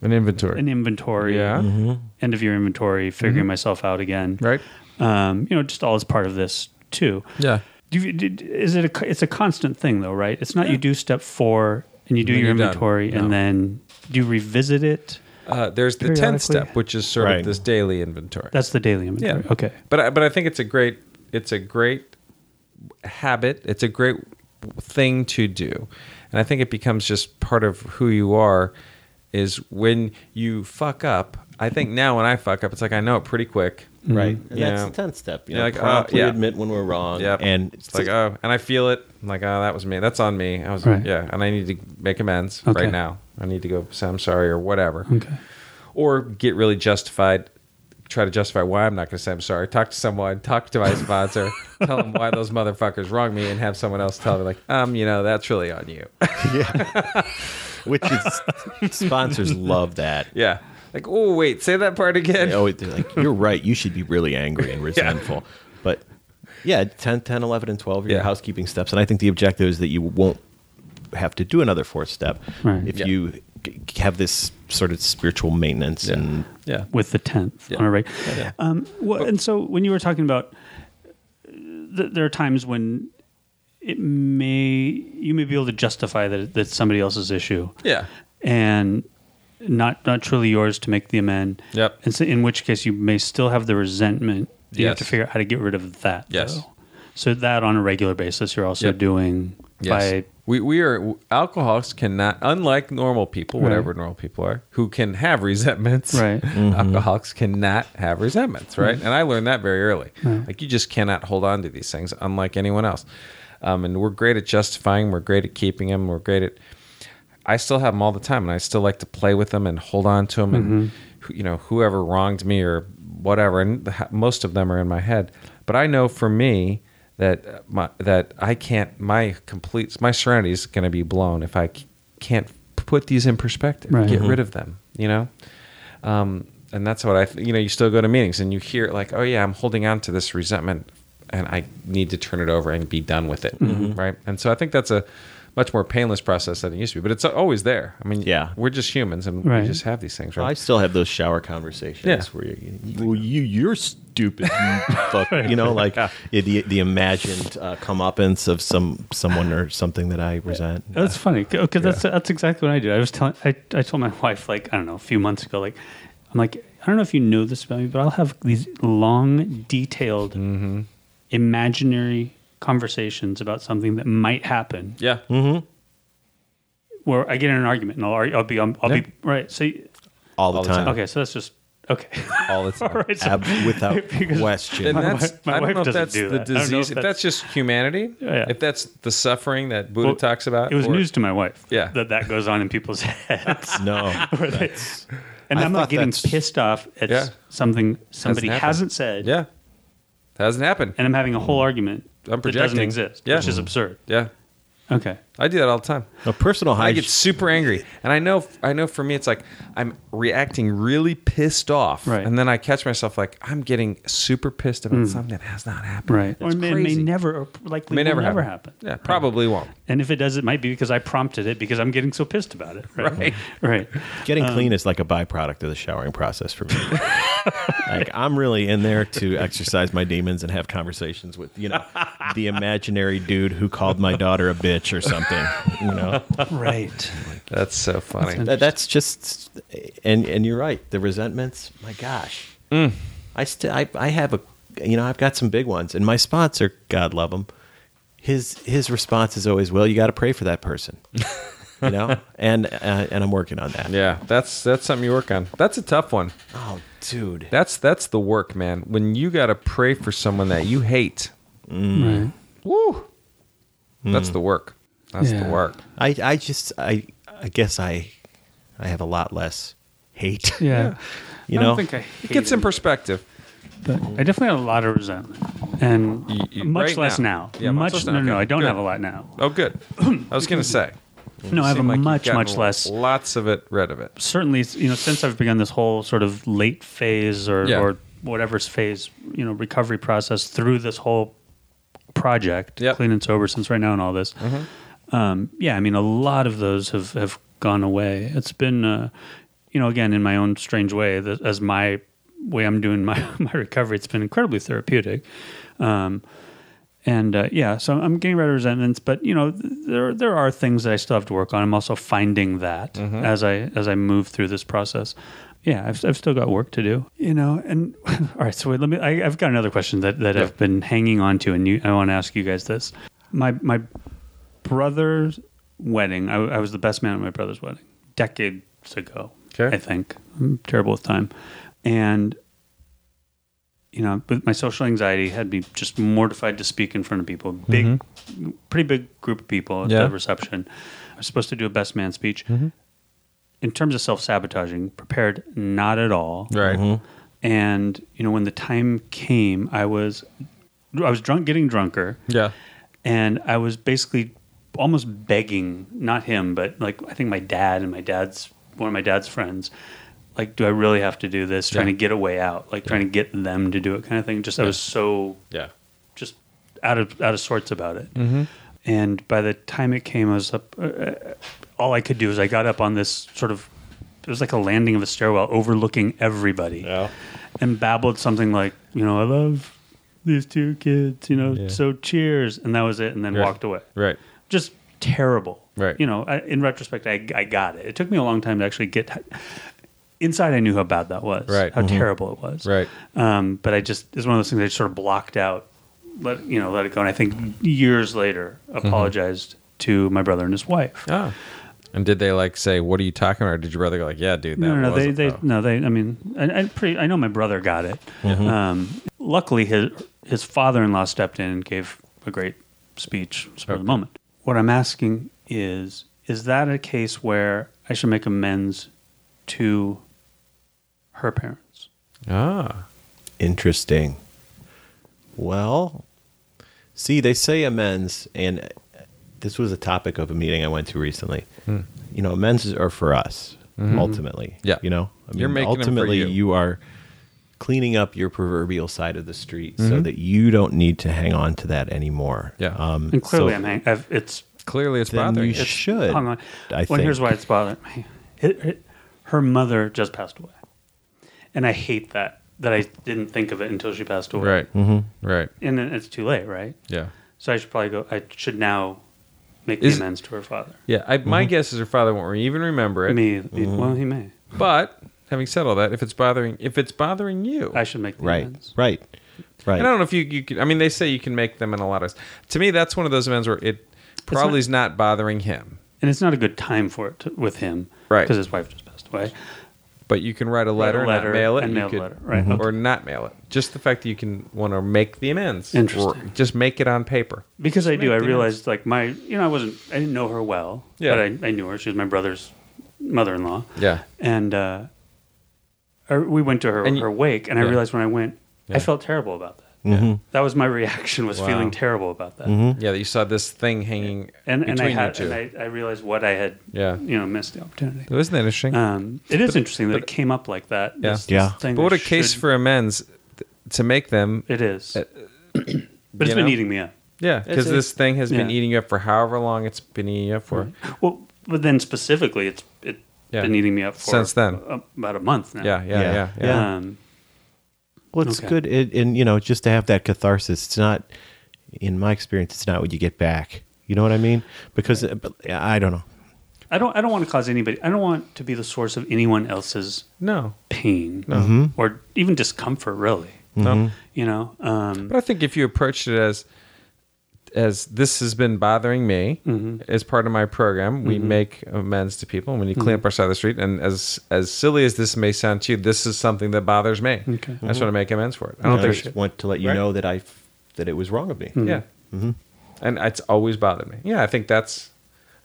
Speaker 3: An inventory.
Speaker 2: an inventory,
Speaker 3: Yeah.
Speaker 2: end of year inventory, figuring myself out again,
Speaker 3: Mm-hmm. Right.
Speaker 2: Um, you know, just all as part of this too.
Speaker 3: Yeah.
Speaker 2: Do you, did, is it a, it's a constant thing though, right? It's not you do step four and you do
Speaker 3: then
Speaker 2: your
Speaker 3: you're done.
Speaker 2: inventory
Speaker 3: No.
Speaker 2: and then do you revisit it?
Speaker 3: Uh, there's the 10th step,
Speaker 2: Periodically.
Speaker 3: which is sort
Speaker 4: Right.
Speaker 3: of this daily inventory.
Speaker 2: That's the daily
Speaker 3: yeah.
Speaker 2: inventory. Okay.
Speaker 3: But I, but I think it's a great it's a great habit. It's a great thing to do. And I think it becomes just part of who you are is when you fuck up. I think now when I fuck up, it's like I know it pretty quick.
Speaker 4: right and
Speaker 3: Yeah.
Speaker 4: that's the 10th step you
Speaker 3: Yeah,
Speaker 4: know
Speaker 3: like, uh,
Speaker 4: promptly
Speaker 3: yeah.
Speaker 4: admit when we're wrong
Speaker 3: Yep.
Speaker 4: and
Speaker 3: it's
Speaker 4: <laughs>
Speaker 3: like, oh, and I feel it. I'm like, oh, that was me. That's on me. I was,
Speaker 2: Right.
Speaker 3: yeah, and I need to make amends
Speaker 2: Okay.
Speaker 3: right now. I need to go say I'm sorry or whatever.
Speaker 2: Okay.
Speaker 3: Or get really justified, try to justify why I'm not going to say I'm sorry. Talk to someone, talk to
Speaker 2: <laughs>
Speaker 3: my sponsor, tell them why those motherfuckers wronged me, and have someone else tell me, like, um, you know, that's really on you. <laughs>
Speaker 4: uh, <laughs> which is sponsors love that
Speaker 3: yeah. Like, oh wait, say that part again.
Speaker 4: oh, it- like, you're right. You should be really angry and resentful. But yeah, 10, 10, 11, and 12 are your
Speaker 3: Yeah.
Speaker 4: housekeeping steps. And I think the objective is that you won't have to do another fourth step
Speaker 2: Right.
Speaker 4: if
Speaker 3: Yeah.
Speaker 4: you g- have this sort of spiritual maintenance and
Speaker 3: Yeah.
Speaker 2: with the tenth.
Speaker 3: Yeah.
Speaker 2: All right. Um, well, and so when you were talking about, uh, th- there are times when it may you may be able to justify that that's somebody else's issue
Speaker 3: Yeah.
Speaker 2: and not not truly yours to make the amend.
Speaker 3: Yep.
Speaker 2: And so, in which case, you may still have the resentment. You have
Speaker 3: Yes.
Speaker 2: to figure out how to get rid of that.
Speaker 3: Yes.
Speaker 2: though. So that on a regular basis, you're also
Speaker 3: Yep.
Speaker 2: doing by
Speaker 3: we, we are alcoholics cannot unlike normal people whatever
Speaker 2: Right.
Speaker 3: normal people are who can have resentments
Speaker 2: Right.
Speaker 3: <laughs>
Speaker 2: Mm.
Speaker 3: alcoholics cannot have resentments right and i learned that very early like you just cannot hold on to these things unlike anyone else um, and we're great at justifying we're great at keeping them we're great at i still have them all the time and i still like to play with them and hold on to them
Speaker 2: Mm-hmm.
Speaker 3: and who- you know whoever wronged me or whatever and the- most of them are in my head but i know for me that uh, my that I can't my complete my serenity is going to be blown if I c- can't put these in perspective,
Speaker 2: Right.
Speaker 3: get rid of them, you know. Um, and that's what I th- you know you still go to meetings and you hear like oh yeah I'm holding on to this resentment and I need to turn it over and be done with it,
Speaker 4: Mm-hmm.
Speaker 3: right? And so I think that's a much more painless process than it used to be, but it's always there. I mean,
Speaker 4: Yeah.
Speaker 3: we're just humans and
Speaker 2: Right.
Speaker 3: we just have these things,
Speaker 4: I
Speaker 3: right?
Speaker 4: still have those shower conversations
Speaker 3: Yeah.
Speaker 4: where you, well, you, you're stupid, you fuck, you know, like yeah, the the imagined uh, comeuppance of some someone or something that I resent.
Speaker 2: Oh, That's funny because that's that's exactly what I do. I was telling I, I told my <laughs> wife like I don't know a few months ago like I'm like I don't know if you know this about me, but I'll have these long, detailed,
Speaker 3: Mm-hmm.
Speaker 2: imaginary conversations about something that might happen.
Speaker 3: yeah,
Speaker 4: Mm-hmm.
Speaker 2: Where I get in an argument and I'll argue, I'll be um, I'll, I'll be right. So you-
Speaker 4: all, the time.
Speaker 2: okay, so that's just okay. <laughs>
Speaker 3: all the time.
Speaker 2: All right, so,
Speaker 4: Ab- without
Speaker 2: Because-
Speaker 4: question.
Speaker 3: And
Speaker 2: My
Speaker 3: that's,
Speaker 2: wife- my
Speaker 3: I don't
Speaker 2: wife
Speaker 3: know if
Speaker 2: doesn't
Speaker 3: that's
Speaker 2: do
Speaker 3: the
Speaker 2: that. I don't know
Speaker 3: disease.
Speaker 2: if
Speaker 3: if,
Speaker 2: that's-
Speaker 3: that's, just humanity,
Speaker 2: Yeah.
Speaker 3: if that's the suffering that Buddha
Speaker 2: Well,
Speaker 3: talks about,
Speaker 2: it was
Speaker 3: or-
Speaker 2: news to my wife.
Speaker 3: Yeah.
Speaker 2: that that goes on in people's <laughs> heads.
Speaker 4: no, that's-
Speaker 2: And
Speaker 4: I
Speaker 2: I am not
Speaker 4: thought
Speaker 2: getting
Speaker 4: that's-
Speaker 2: pissed off at
Speaker 3: Yeah.
Speaker 2: s- something somebody
Speaker 3: happened.
Speaker 2: hasn't said.
Speaker 3: Yeah, hasn't happened.
Speaker 2: And I'm having a whole argument that doesn't
Speaker 3: I'm projecting.
Speaker 2: exist,
Speaker 3: Yeah.
Speaker 2: which is absurd.
Speaker 3: Yeah,
Speaker 2: Okay.
Speaker 3: I do that all the time.
Speaker 4: no personal
Speaker 3: I
Speaker 4: hygiene.
Speaker 3: get super angry, and I know, I know. For me, it's like I'm reacting really pissed off,
Speaker 2: Right.
Speaker 3: and then I catch myself like I'm getting super pissed about something that has not happened.
Speaker 2: Right.
Speaker 3: That's
Speaker 2: or it may, may
Speaker 3: crazy.
Speaker 2: never, or likely
Speaker 3: May
Speaker 2: will
Speaker 3: never,
Speaker 2: never,
Speaker 3: happen.
Speaker 2: happen.
Speaker 3: Yeah, probably won't.
Speaker 2: And if it does, it might be because I prompted it because I'm getting so pissed about
Speaker 3: <laughs>
Speaker 2: it. Right. Right.
Speaker 4: Getting clean is like a byproduct of the showering process for me. like I'm really in there to exercise my demons and have conversations with you know the imaginary dude who called my daughter a bitch or something. You know
Speaker 2: <laughs> right.
Speaker 3: That's so funny.
Speaker 4: that, that's just and and you're right. The resentments. My gosh, I still I, I have a you know I've got some big ones and my sponsor, God love him. His his response is always, "Well, you got to pray for that person," you know, and uh, and I'm working on that.
Speaker 3: yeah, that's that's something you work on. That's a tough one.
Speaker 4: Oh, dude.
Speaker 3: That's that's the work, man. When you gotta pray for someone that you hate.
Speaker 2: Right.
Speaker 3: Woo. That's the work. That's
Speaker 2: Yeah.
Speaker 3: the work.
Speaker 4: I I just I I guess I I have a lot less hate.
Speaker 2: Yeah.
Speaker 4: <laughs> you
Speaker 2: I
Speaker 4: know.
Speaker 2: don't think I
Speaker 3: It
Speaker 2: hate
Speaker 3: gets
Speaker 2: it,
Speaker 3: in perspective.
Speaker 2: but I definitely have a lot of resentment. And
Speaker 3: You- you-
Speaker 2: much
Speaker 3: right
Speaker 2: less
Speaker 3: now.
Speaker 2: now.
Speaker 3: Yeah, much
Speaker 2: much,
Speaker 3: less now.
Speaker 2: No, no,
Speaker 3: Okay.
Speaker 2: I don't
Speaker 3: Good.
Speaker 2: have a lot now. <clears throat>
Speaker 3: Oh, good. I was gonna say.
Speaker 2: No, I have a
Speaker 3: Seem like you've
Speaker 2: much,
Speaker 3: gotten
Speaker 2: much less.
Speaker 3: Lots of it, rid of it.
Speaker 2: certainly you know since I've begun this whole sort of late phase or
Speaker 3: Yeah.
Speaker 2: or whatever's phase you know recovery process through this whole project
Speaker 3: Yep. Mm-hmm.
Speaker 2: clean and sober since right now and all this um, yeah I mean a lot of those have have gone away it's been uh, you know again in my own strange way the, as my way I'm doing my <laughs> my recovery it's been incredibly therapeutic um, and uh, yeah, so I'm getting rid of resentments, but you know, th- there there are things that I still have to work on. I'm also finding that as I as I move through this process. Yeah, I've, I've still got work to do. You know, and <laughs> all right, so wait, let me. I, I've got another question that, that I've been hanging on to, and you, I want to ask you guys this. My my brother's wedding. I, I was the best man at my brother's wedding decades ago.
Speaker 3: Okay.
Speaker 2: I think I'm terrible with time, and you know, with my social anxiety had me just mortified to speak in front of people. Big, pretty big group of people at
Speaker 3: Mm-hmm. Yeah. Mm-hmm.
Speaker 2: the reception. I was supposed to do a best man speech. In terms of self sabotaging, prepared not at all.
Speaker 3: Right.
Speaker 2: And you know, when the time came, I was, I was drunk, getting drunker
Speaker 3: Yeah.
Speaker 2: and I was basically almost begging, not him, but like I think my dad and my dad's one of my dad's friends, like, do I really have to do this? Trying to get a way out, like trying to get them to do it, kind of thing. Just I was so
Speaker 4: Yeah.
Speaker 2: just out of out of sorts about it.
Speaker 3: Mm-hmm.
Speaker 2: And by the time it came, I was up. Uh, uh, all I could do is I got up on this sort of it was like a landing of a stairwell overlooking everybody,
Speaker 4: Yeah.
Speaker 2: and babbled something like, you know, I love these two kids, you know,
Speaker 3: Yeah.
Speaker 2: so cheers, and that was it, and then
Speaker 3: Right.
Speaker 2: walked away.
Speaker 3: Right.
Speaker 2: Just terrible,
Speaker 3: Right.
Speaker 2: You know, I, in retrospect, I, I got it. It took me a long time to actually get inside. I knew how bad that was,
Speaker 3: Right.
Speaker 2: How
Speaker 3: Mhm.
Speaker 2: terrible it was,
Speaker 3: Right.
Speaker 2: um, but I just it's one of those things I just sort of blocked out, let you know, let it go. And I think years later, apologized to my brother and his wife.
Speaker 3: Ah. And did they like say, "What are you talking about?" Or did your brother go like, "Yeah, dude"? That
Speaker 2: no, no, no, they,
Speaker 3: wasn't-
Speaker 2: they,
Speaker 3: oh.
Speaker 2: no, they. I mean, I, I pretty, I know my brother got it. Um, luckily, his his father in law stepped in and gave a great speech for the moment. What I'm asking is, is that a case where I should make amends to her parents?
Speaker 3: Ah.
Speaker 4: Interesting. Well, see, they say amends, and this was a topic of a meeting I went to recently. You know, amends are for us ultimately.
Speaker 3: Hmm. Mm-hmm. Yeah.
Speaker 4: you know, I mean,
Speaker 3: You're making 'em for
Speaker 4: ultimately
Speaker 3: you.
Speaker 4: you. are cleaning up your proverbial side of the street so that you don't need to hang on to that anymore.
Speaker 3: Mm-hmm.
Speaker 4: Um,
Speaker 3: Yeah.
Speaker 2: And clearly,
Speaker 4: so
Speaker 2: I'm hang- I've, it's
Speaker 3: Clearly, it's
Speaker 4: then
Speaker 3: bothering
Speaker 4: you
Speaker 3: you.
Speaker 4: should.
Speaker 2: Hang on.
Speaker 4: I
Speaker 2: well, here's
Speaker 4: think.
Speaker 2: why it's bothering me. It, it, her mother just passed away, and I hate that that I didn't think of it until she passed away.
Speaker 3: right. Mm-hmm. Right.
Speaker 2: and then it's too late, right?
Speaker 3: Yeah.
Speaker 2: So I should probably go. I should now make
Speaker 3: Is-
Speaker 2: the amends to her father.
Speaker 3: Yeah. I, My guess is her father won't re- even remember it.
Speaker 2: Mm-hmm. Me, well, he may.
Speaker 3: But having said all that, if it's bothering, if it's bothering you,
Speaker 2: I should make the
Speaker 4: Right,
Speaker 2: amends.
Speaker 4: right, right.
Speaker 3: And I don't know if you, you could, I mean, they say you can make them in a lot of, to me, that's one of those events where it probably
Speaker 2: not-
Speaker 3: is not bothering him,
Speaker 2: And it's not a good time for it to, with him,
Speaker 3: Right.
Speaker 2: Because his wife just passed away.
Speaker 3: but you can write a letter, not
Speaker 2: letter
Speaker 3: mail it,
Speaker 2: and
Speaker 3: you
Speaker 2: mail the
Speaker 3: could- Mhm.
Speaker 2: letter. Right,
Speaker 3: Or not mail it. Just the fact that you can want to make the amends.
Speaker 2: Interesting.
Speaker 3: Or just make it on paper.
Speaker 2: Because I do, I
Speaker 3: make the
Speaker 2: realized like my, you know, I wasn't, I didn't know her well,
Speaker 3: Yeah.
Speaker 2: but I, I knew her. She was my brother's mother-in-law.
Speaker 3: Yeah.
Speaker 2: and uh, or we went to her
Speaker 3: And you-
Speaker 2: her wake, and I
Speaker 3: Yeah.
Speaker 2: realized when I went, I felt terrible about that.
Speaker 3: Mm-hmm.
Speaker 2: That was my reaction was feeling terrible about that,
Speaker 3: Yeah. That you saw this thing hanging
Speaker 2: and and
Speaker 3: between
Speaker 2: I had
Speaker 3: you two.
Speaker 2: and I, I realized what I had,
Speaker 3: Yeah.
Speaker 2: you know, missed the opportunity.
Speaker 3: So Isn't that interesting?
Speaker 2: Um, it is interesting that it came up like that.
Speaker 3: Yeah.
Speaker 2: this- this
Speaker 4: Yeah.
Speaker 2: thing
Speaker 3: but what
Speaker 2: that
Speaker 3: a case
Speaker 2: should-
Speaker 3: for amends th- to make them.
Speaker 2: it is, <clears throat> but
Speaker 3: you
Speaker 2: it's been
Speaker 3: know?
Speaker 2: eating me up.
Speaker 3: Yeah. Because
Speaker 4: a-
Speaker 3: this thing has been
Speaker 2: Yeah.
Speaker 3: eating you up for however long it's been eating you up for.
Speaker 2: Well, but then specifically, it's it's
Speaker 3: Yeah.
Speaker 2: been eating me up for
Speaker 3: Since then.
Speaker 2: a- about a month now.
Speaker 3: Yeah. Yeah. Yeah.
Speaker 4: Yeah.
Speaker 3: Yeah.
Speaker 4: Yeah.
Speaker 2: Um,
Speaker 4: Well, it's
Speaker 2: Okay.
Speaker 4: good, it, and you know, just to have that catharsis. It's not, in my experience, it's not what you get back. You know what I mean? Because uh, but, yeah, I don't know.
Speaker 2: I don't. I don't want to cause anybody. I don't want to be the source of anyone else's
Speaker 3: No.
Speaker 2: pain or even discomfort really
Speaker 3: No.
Speaker 2: you know um,
Speaker 3: But I think if you approached it as as this has been bothering me as part of my program, we make amends to people and when you clean up our side of the street. And as as silly as this may sound to you, this is something that bothers me.
Speaker 2: Okay.
Speaker 3: I just want to make amends for it. I don't
Speaker 4: I
Speaker 3: think
Speaker 4: just want to let you
Speaker 3: Right. Hmm.
Speaker 4: know that I f- that it was wrong of me.
Speaker 3: yeah. And it's always bothered me. Yeah, I think that's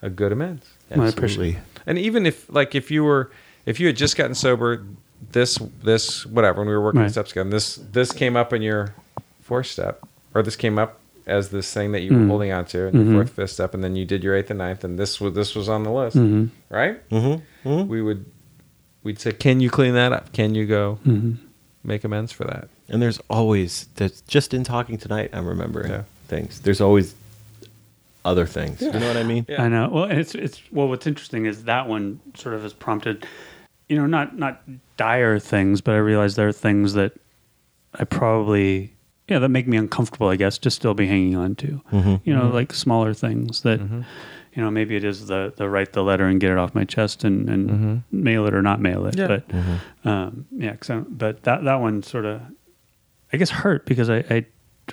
Speaker 3: a good amends.
Speaker 2: I appreciate
Speaker 4: Absolutely.
Speaker 3: And even if like if you were if you had just gotten sober, this this whatever when we were working
Speaker 2: Right.
Speaker 3: the steps again, this this came up in your fourth step, or this came up as this thing that you
Speaker 2: Mm-hmm.
Speaker 3: were holding on to in your fourth fifth step, and then you did your eighth and ninth, and this was this was on the list, right? Mm-hmm. We would we'd say, can you clean that up? Can you go
Speaker 2: Mm-hmm.
Speaker 3: make amends for that?
Speaker 4: And there's always that's just in talking tonight. I'm remembering
Speaker 3: Yeah.
Speaker 4: things. There's always other things. You know what I mean?
Speaker 3: Yeah.
Speaker 2: I know. Well, and it's it's well. What's interesting is that one sort of has prompted, you know, not not dire things, but I realize there are things that I probably yeah that make me uncomfortable. I guess to still be hanging on to, you
Speaker 3: Mm-hmm.
Speaker 2: know, like smaller things that, you know, maybe it is the the write the letter and get it off my chest and and mail it or not mail it,
Speaker 3: Mm-hmm. Yeah.
Speaker 2: but um, yeah, 'cause I don't- but that that one sort of I guess hurt because I. I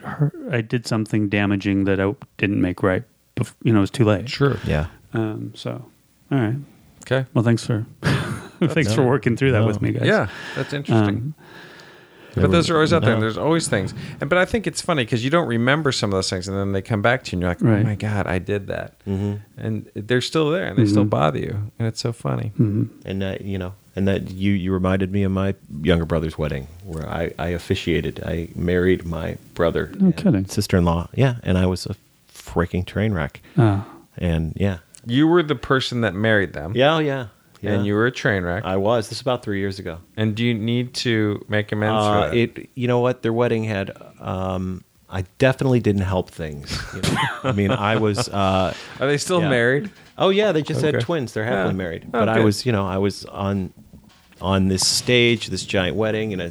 Speaker 2: hurt- I did something damaging that I didn't make right. bef- You know, it was too late.
Speaker 3: Sure.
Speaker 4: Yeah.
Speaker 2: Um, so, all right.
Speaker 3: Okay.
Speaker 2: Well, thanks for <laughs> thanks for working through that with me, guys.
Speaker 3: Yeah, that's
Speaker 2: Um,
Speaker 3: interesting. But those are always out there.
Speaker 4: No.
Speaker 3: There's always things. And but I think it's funny because you don't remember some of those things, and then they come back to you, and you're like,
Speaker 2: Right.
Speaker 3: "Oh my god, I did that,"
Speaker 4: Mm-hmm.
Speaker 3: and they're still there, and they still bother you, and it's so funny.
Speaker 4: And that you know, and that you you reminded me of my younger brother's wedding where I I officiated. I married my brother. No
Speaker 2: kidding.
Speaker 4: Sister-in-law. Yeah, and I was a freaking train wreck.
Speaker 2: oh,
Speaker 4: And yeah.
Speaker 3: You were the person that married them.
Speaker 4: Yeah, oh, yeah. Yeah.
Speaker 3: and you were a train wreck.
Speaker 4: I was. This is about three years ago.
Speaker 3: and do you need to make amends
Speaker 4: Uh,
Speaker 3: for that?
Speaker 4: it you know what their wedding had um i definitely didn't help things you know? i mean i was uh
Speaker 3: Are they still
Speaker 4: yeah.
Speaker 3: married?
Speaker 4: oh yeah they just had
Speaker 3: Okay.
Speaker 4: twins they're happily
Speaker 3: Yeah.
Speaker 4: married
Speaker 3: Oh,
Speaker 4: but i
Speaker 3: good.
Speaker 4: was you know i was on on this stage this giant wedding in a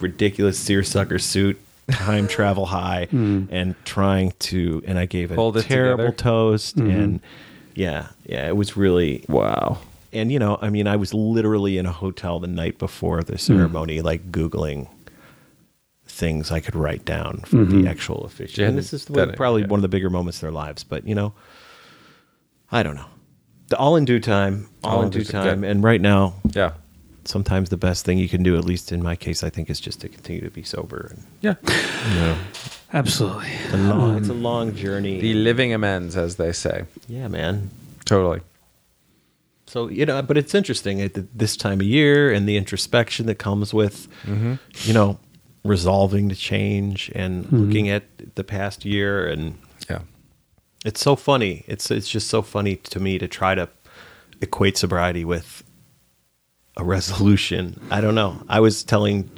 Speaker 4: ridiculous seersucker suit time
Speaker 3: <laughs>
Speaker 4: travel high and trying to and i gave a
Speaker 3: Hold Hmm. it
Speaker 4: terrible
Speaker 3: together. Mm-hmm.
Speaker 4: toast and yeah yeah it was really
Speaker 3: Wow.
Speaker 4: and you know i mean i was literally in a hotel the night before the ceremony like googling things i could write down for the actual official
Speaker 3: Yeah,
Speaker 4: and this is the
Speaker 3: that-
Speaker 4: probably
Speaker 3: yeah.
Speaker 4: one of the bigger moments of their lives but you know i don't know The- all in due time all, in due time
Speaker 3: yeah.
Speaker 4: and right now
Speaker 3: Yeah.
Speaker 4: sometimes the best thing you can do at least in my case i think is just to continue to be sober and
Speaker 3: Yeah.
Speaker 4: you know
Speaker 2: Absolutely.
Speaker 4: it's a long, it's a long journey
Speaker 3: The living amends, as they say.
Speaker 4: yeah man
Speaker 3: Totally.
Speaker 4: so you know but it's interesting at th- this time of year and the introspection that comes with you know resolving to change and looking at the past year and
Speaker 3: Yeah.
Speaker 4: it's so funny it's it's just so funny to me to try to equate sobriety with a resolution i don't know i was telling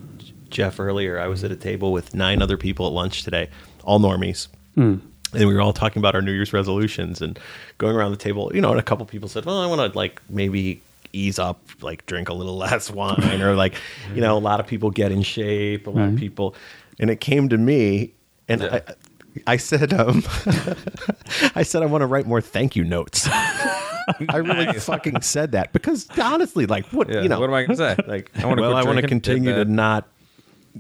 Speaker 4: jeff earlier i was at a table with nine other people at lunch today all normies and we were all talking about our new year's resolutions and going around the table you know and a couple people said well i want to like maybe ease up like drink a little <laughs> less wine or like you know a lot of people get in shape a lot of
Speaker 2: Right.
Speaker 4: people and it came to me and
Speaker 3: Yeah.
Speaker 4: i I said, um, <laughs> I said I want to write more thank you notes. I
Speaker 3: <laughs>
Speaker 4: really fucking said that because honestly, like, what
Speaker 3: Yeah.
Speaker 4: you know,
Speaker 3: what am I going to say?
Speaker 4: like?
Speaker 3: I wanna
Speaker 4: well,
Speaker 3: quit
Speaker 4: I want
Speaker 3: drinking,
Speaker 4: to
Speaker 3: did
Speaker 4: continue to
Speaker 3: that.
Speaker 4: not,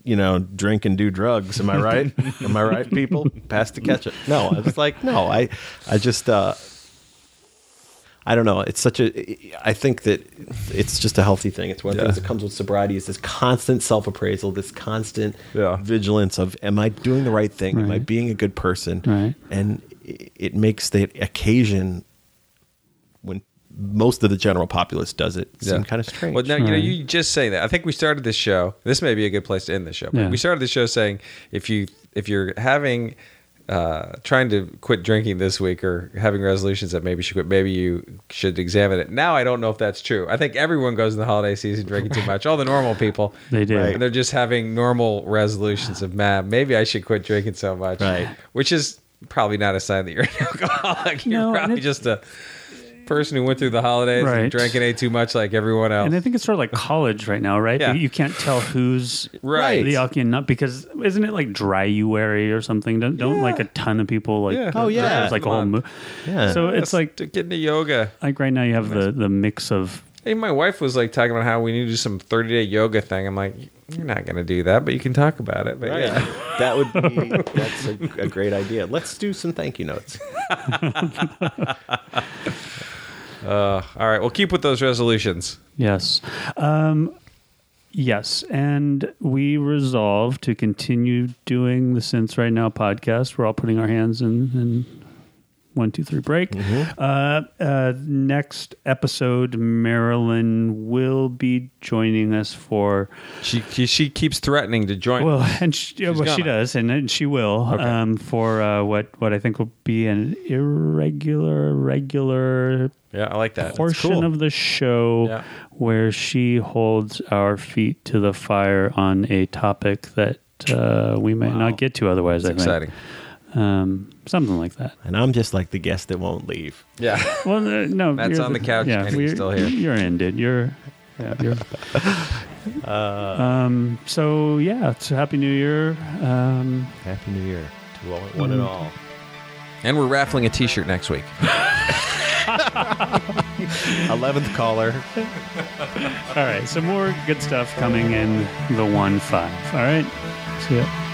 Speaker 4: you know, drink and do drugs. Am I
Speaker 3: <laughs>
Speaker 4: right? am I right, people? Pass the ketchup. No, I was like, no, I, I just, uh, I don't know. It's such a. I think that it's just a healthy thing. It's one of the
Speaker 3: Yeah.
Speaker 4: things that comes with sobriety is this constant self appraisal, this constant
Speaker 3: Yeah.
Speaker 4: vigilance of Am I doing the right thing? Am I
Speaker 2: Right.
Speaker 4: being a good person?
Speaker 2: Right.
Speaker 4: And i- it makes the occasion when most of the general populace does it
Speaker 3: Yeah.
Speaker 4: seem kind of strange.
Speaker 3: Well, now you know you just say that. I think we started this show. This may be a good place to end the show. But
Speaker 2: Yeah.
Speaker 3: We started the show saying if you if you're having uh, trying to quit drinking this week or having resolutions that maybe you should quit, maybe you should examine it. Now I don't know if that's true. I think everyone goes in the holiday season drinking too much. All the normal people
Speaker 2: <laughs> They do.
Speaker 3: And they're just having normal resolutions of man, maybe I should quit drinking so much.
Speaker 4: Right.
Speaker 3: Which is probably not a sign that you're an <laughs> alcoholic. You're
Speaker 2: No, and
Speaker 3: probably
Speaker 2: it-
Speaker 3: just a person who went through the holidays and
Speaker 2: Right.
Speaker 3: drank and ate too much like everyone else.
Speaker 2: And I think it's sort of like college right now, right?
Speaker 3: Yeah.
Speaker 2: You can't tell who's
Speaker 3: Right.
Speaker 2: the alky and not because isn't it like dryuary or something? Don't, don't like a ton of people like
Speaker 3: Yeah. Oh,
Speaker 4: yeah.
Speaker 2: there's like a whole mo-
Speaker 4: Yeah.
Speaker 2: So it's
Speaker 3: It's like
Speaker 2: like
Speaker 3: to get into yoga.
Speaker 2: like right now you have the the mix of
Speaker 3: Hey, my wife was like talking about how we need to do some 30 day yoga thing. I'm like, you're not going to do that, but you can talk about it. But
Speaker 4: Right.
Speaker 3: Oh, yeah.
Speaker 4: that would be that's a, a great idea. Let's do some thank you notes.
Speaker 3: All right. Well, keep with those resolutions.
Speaker 2: yes. Um Yes, and we resolve to continue doing the Since Right Now podcast. We're all putting our hands in, in one, two, three, break. Uh, uh, next episode, Marilyn will be joining us for
Speaker 3: She she keeps threatening to join.
Speaker 2: Well, <laughs> and she, yeah, well, she
Speaker 3: gonna.
Speaker 2: does, and, and she will um, for uh, what what I think will be an irregular, regular
Speaker 3: yeah, I like that. That's
Speaker 2: portion
Speaker 3: cool.
Speaker 2: of the show
Speaker 3: Yeah.
Speaker 2: where she holds our feet to the fire on a topic that uh, we might not get to otherwise. I
Speaker 3: That's exciting.
Speaker 2: think um, something like that.
Speaker 4: And I'm just like the guest that won't leave.
Speaker 3: Yeah. <laughs>
Speaker 2: Well, uh, no,
Speaker 3: Matt's
Speaker 2: you're
Speaker 3: on the couch and he's
Speaker 2: we're-
Speaker 3: still here.
Speaker 2: You're ended. You're. Yeah,
Speaker 3: <laughs>
Speaker 2: you're
Speaker 3: Uh,
Speaker 2: um, so yeah, so happy new year. Um,
Speaker 4: Happy New Year to all, one and all.
Speaker 3: And we're raffling a t shirt next week.
Speaker 4: Eleventh caller.
Speaker 2: All right, some more good stuff coming in the one five. All right, see ya.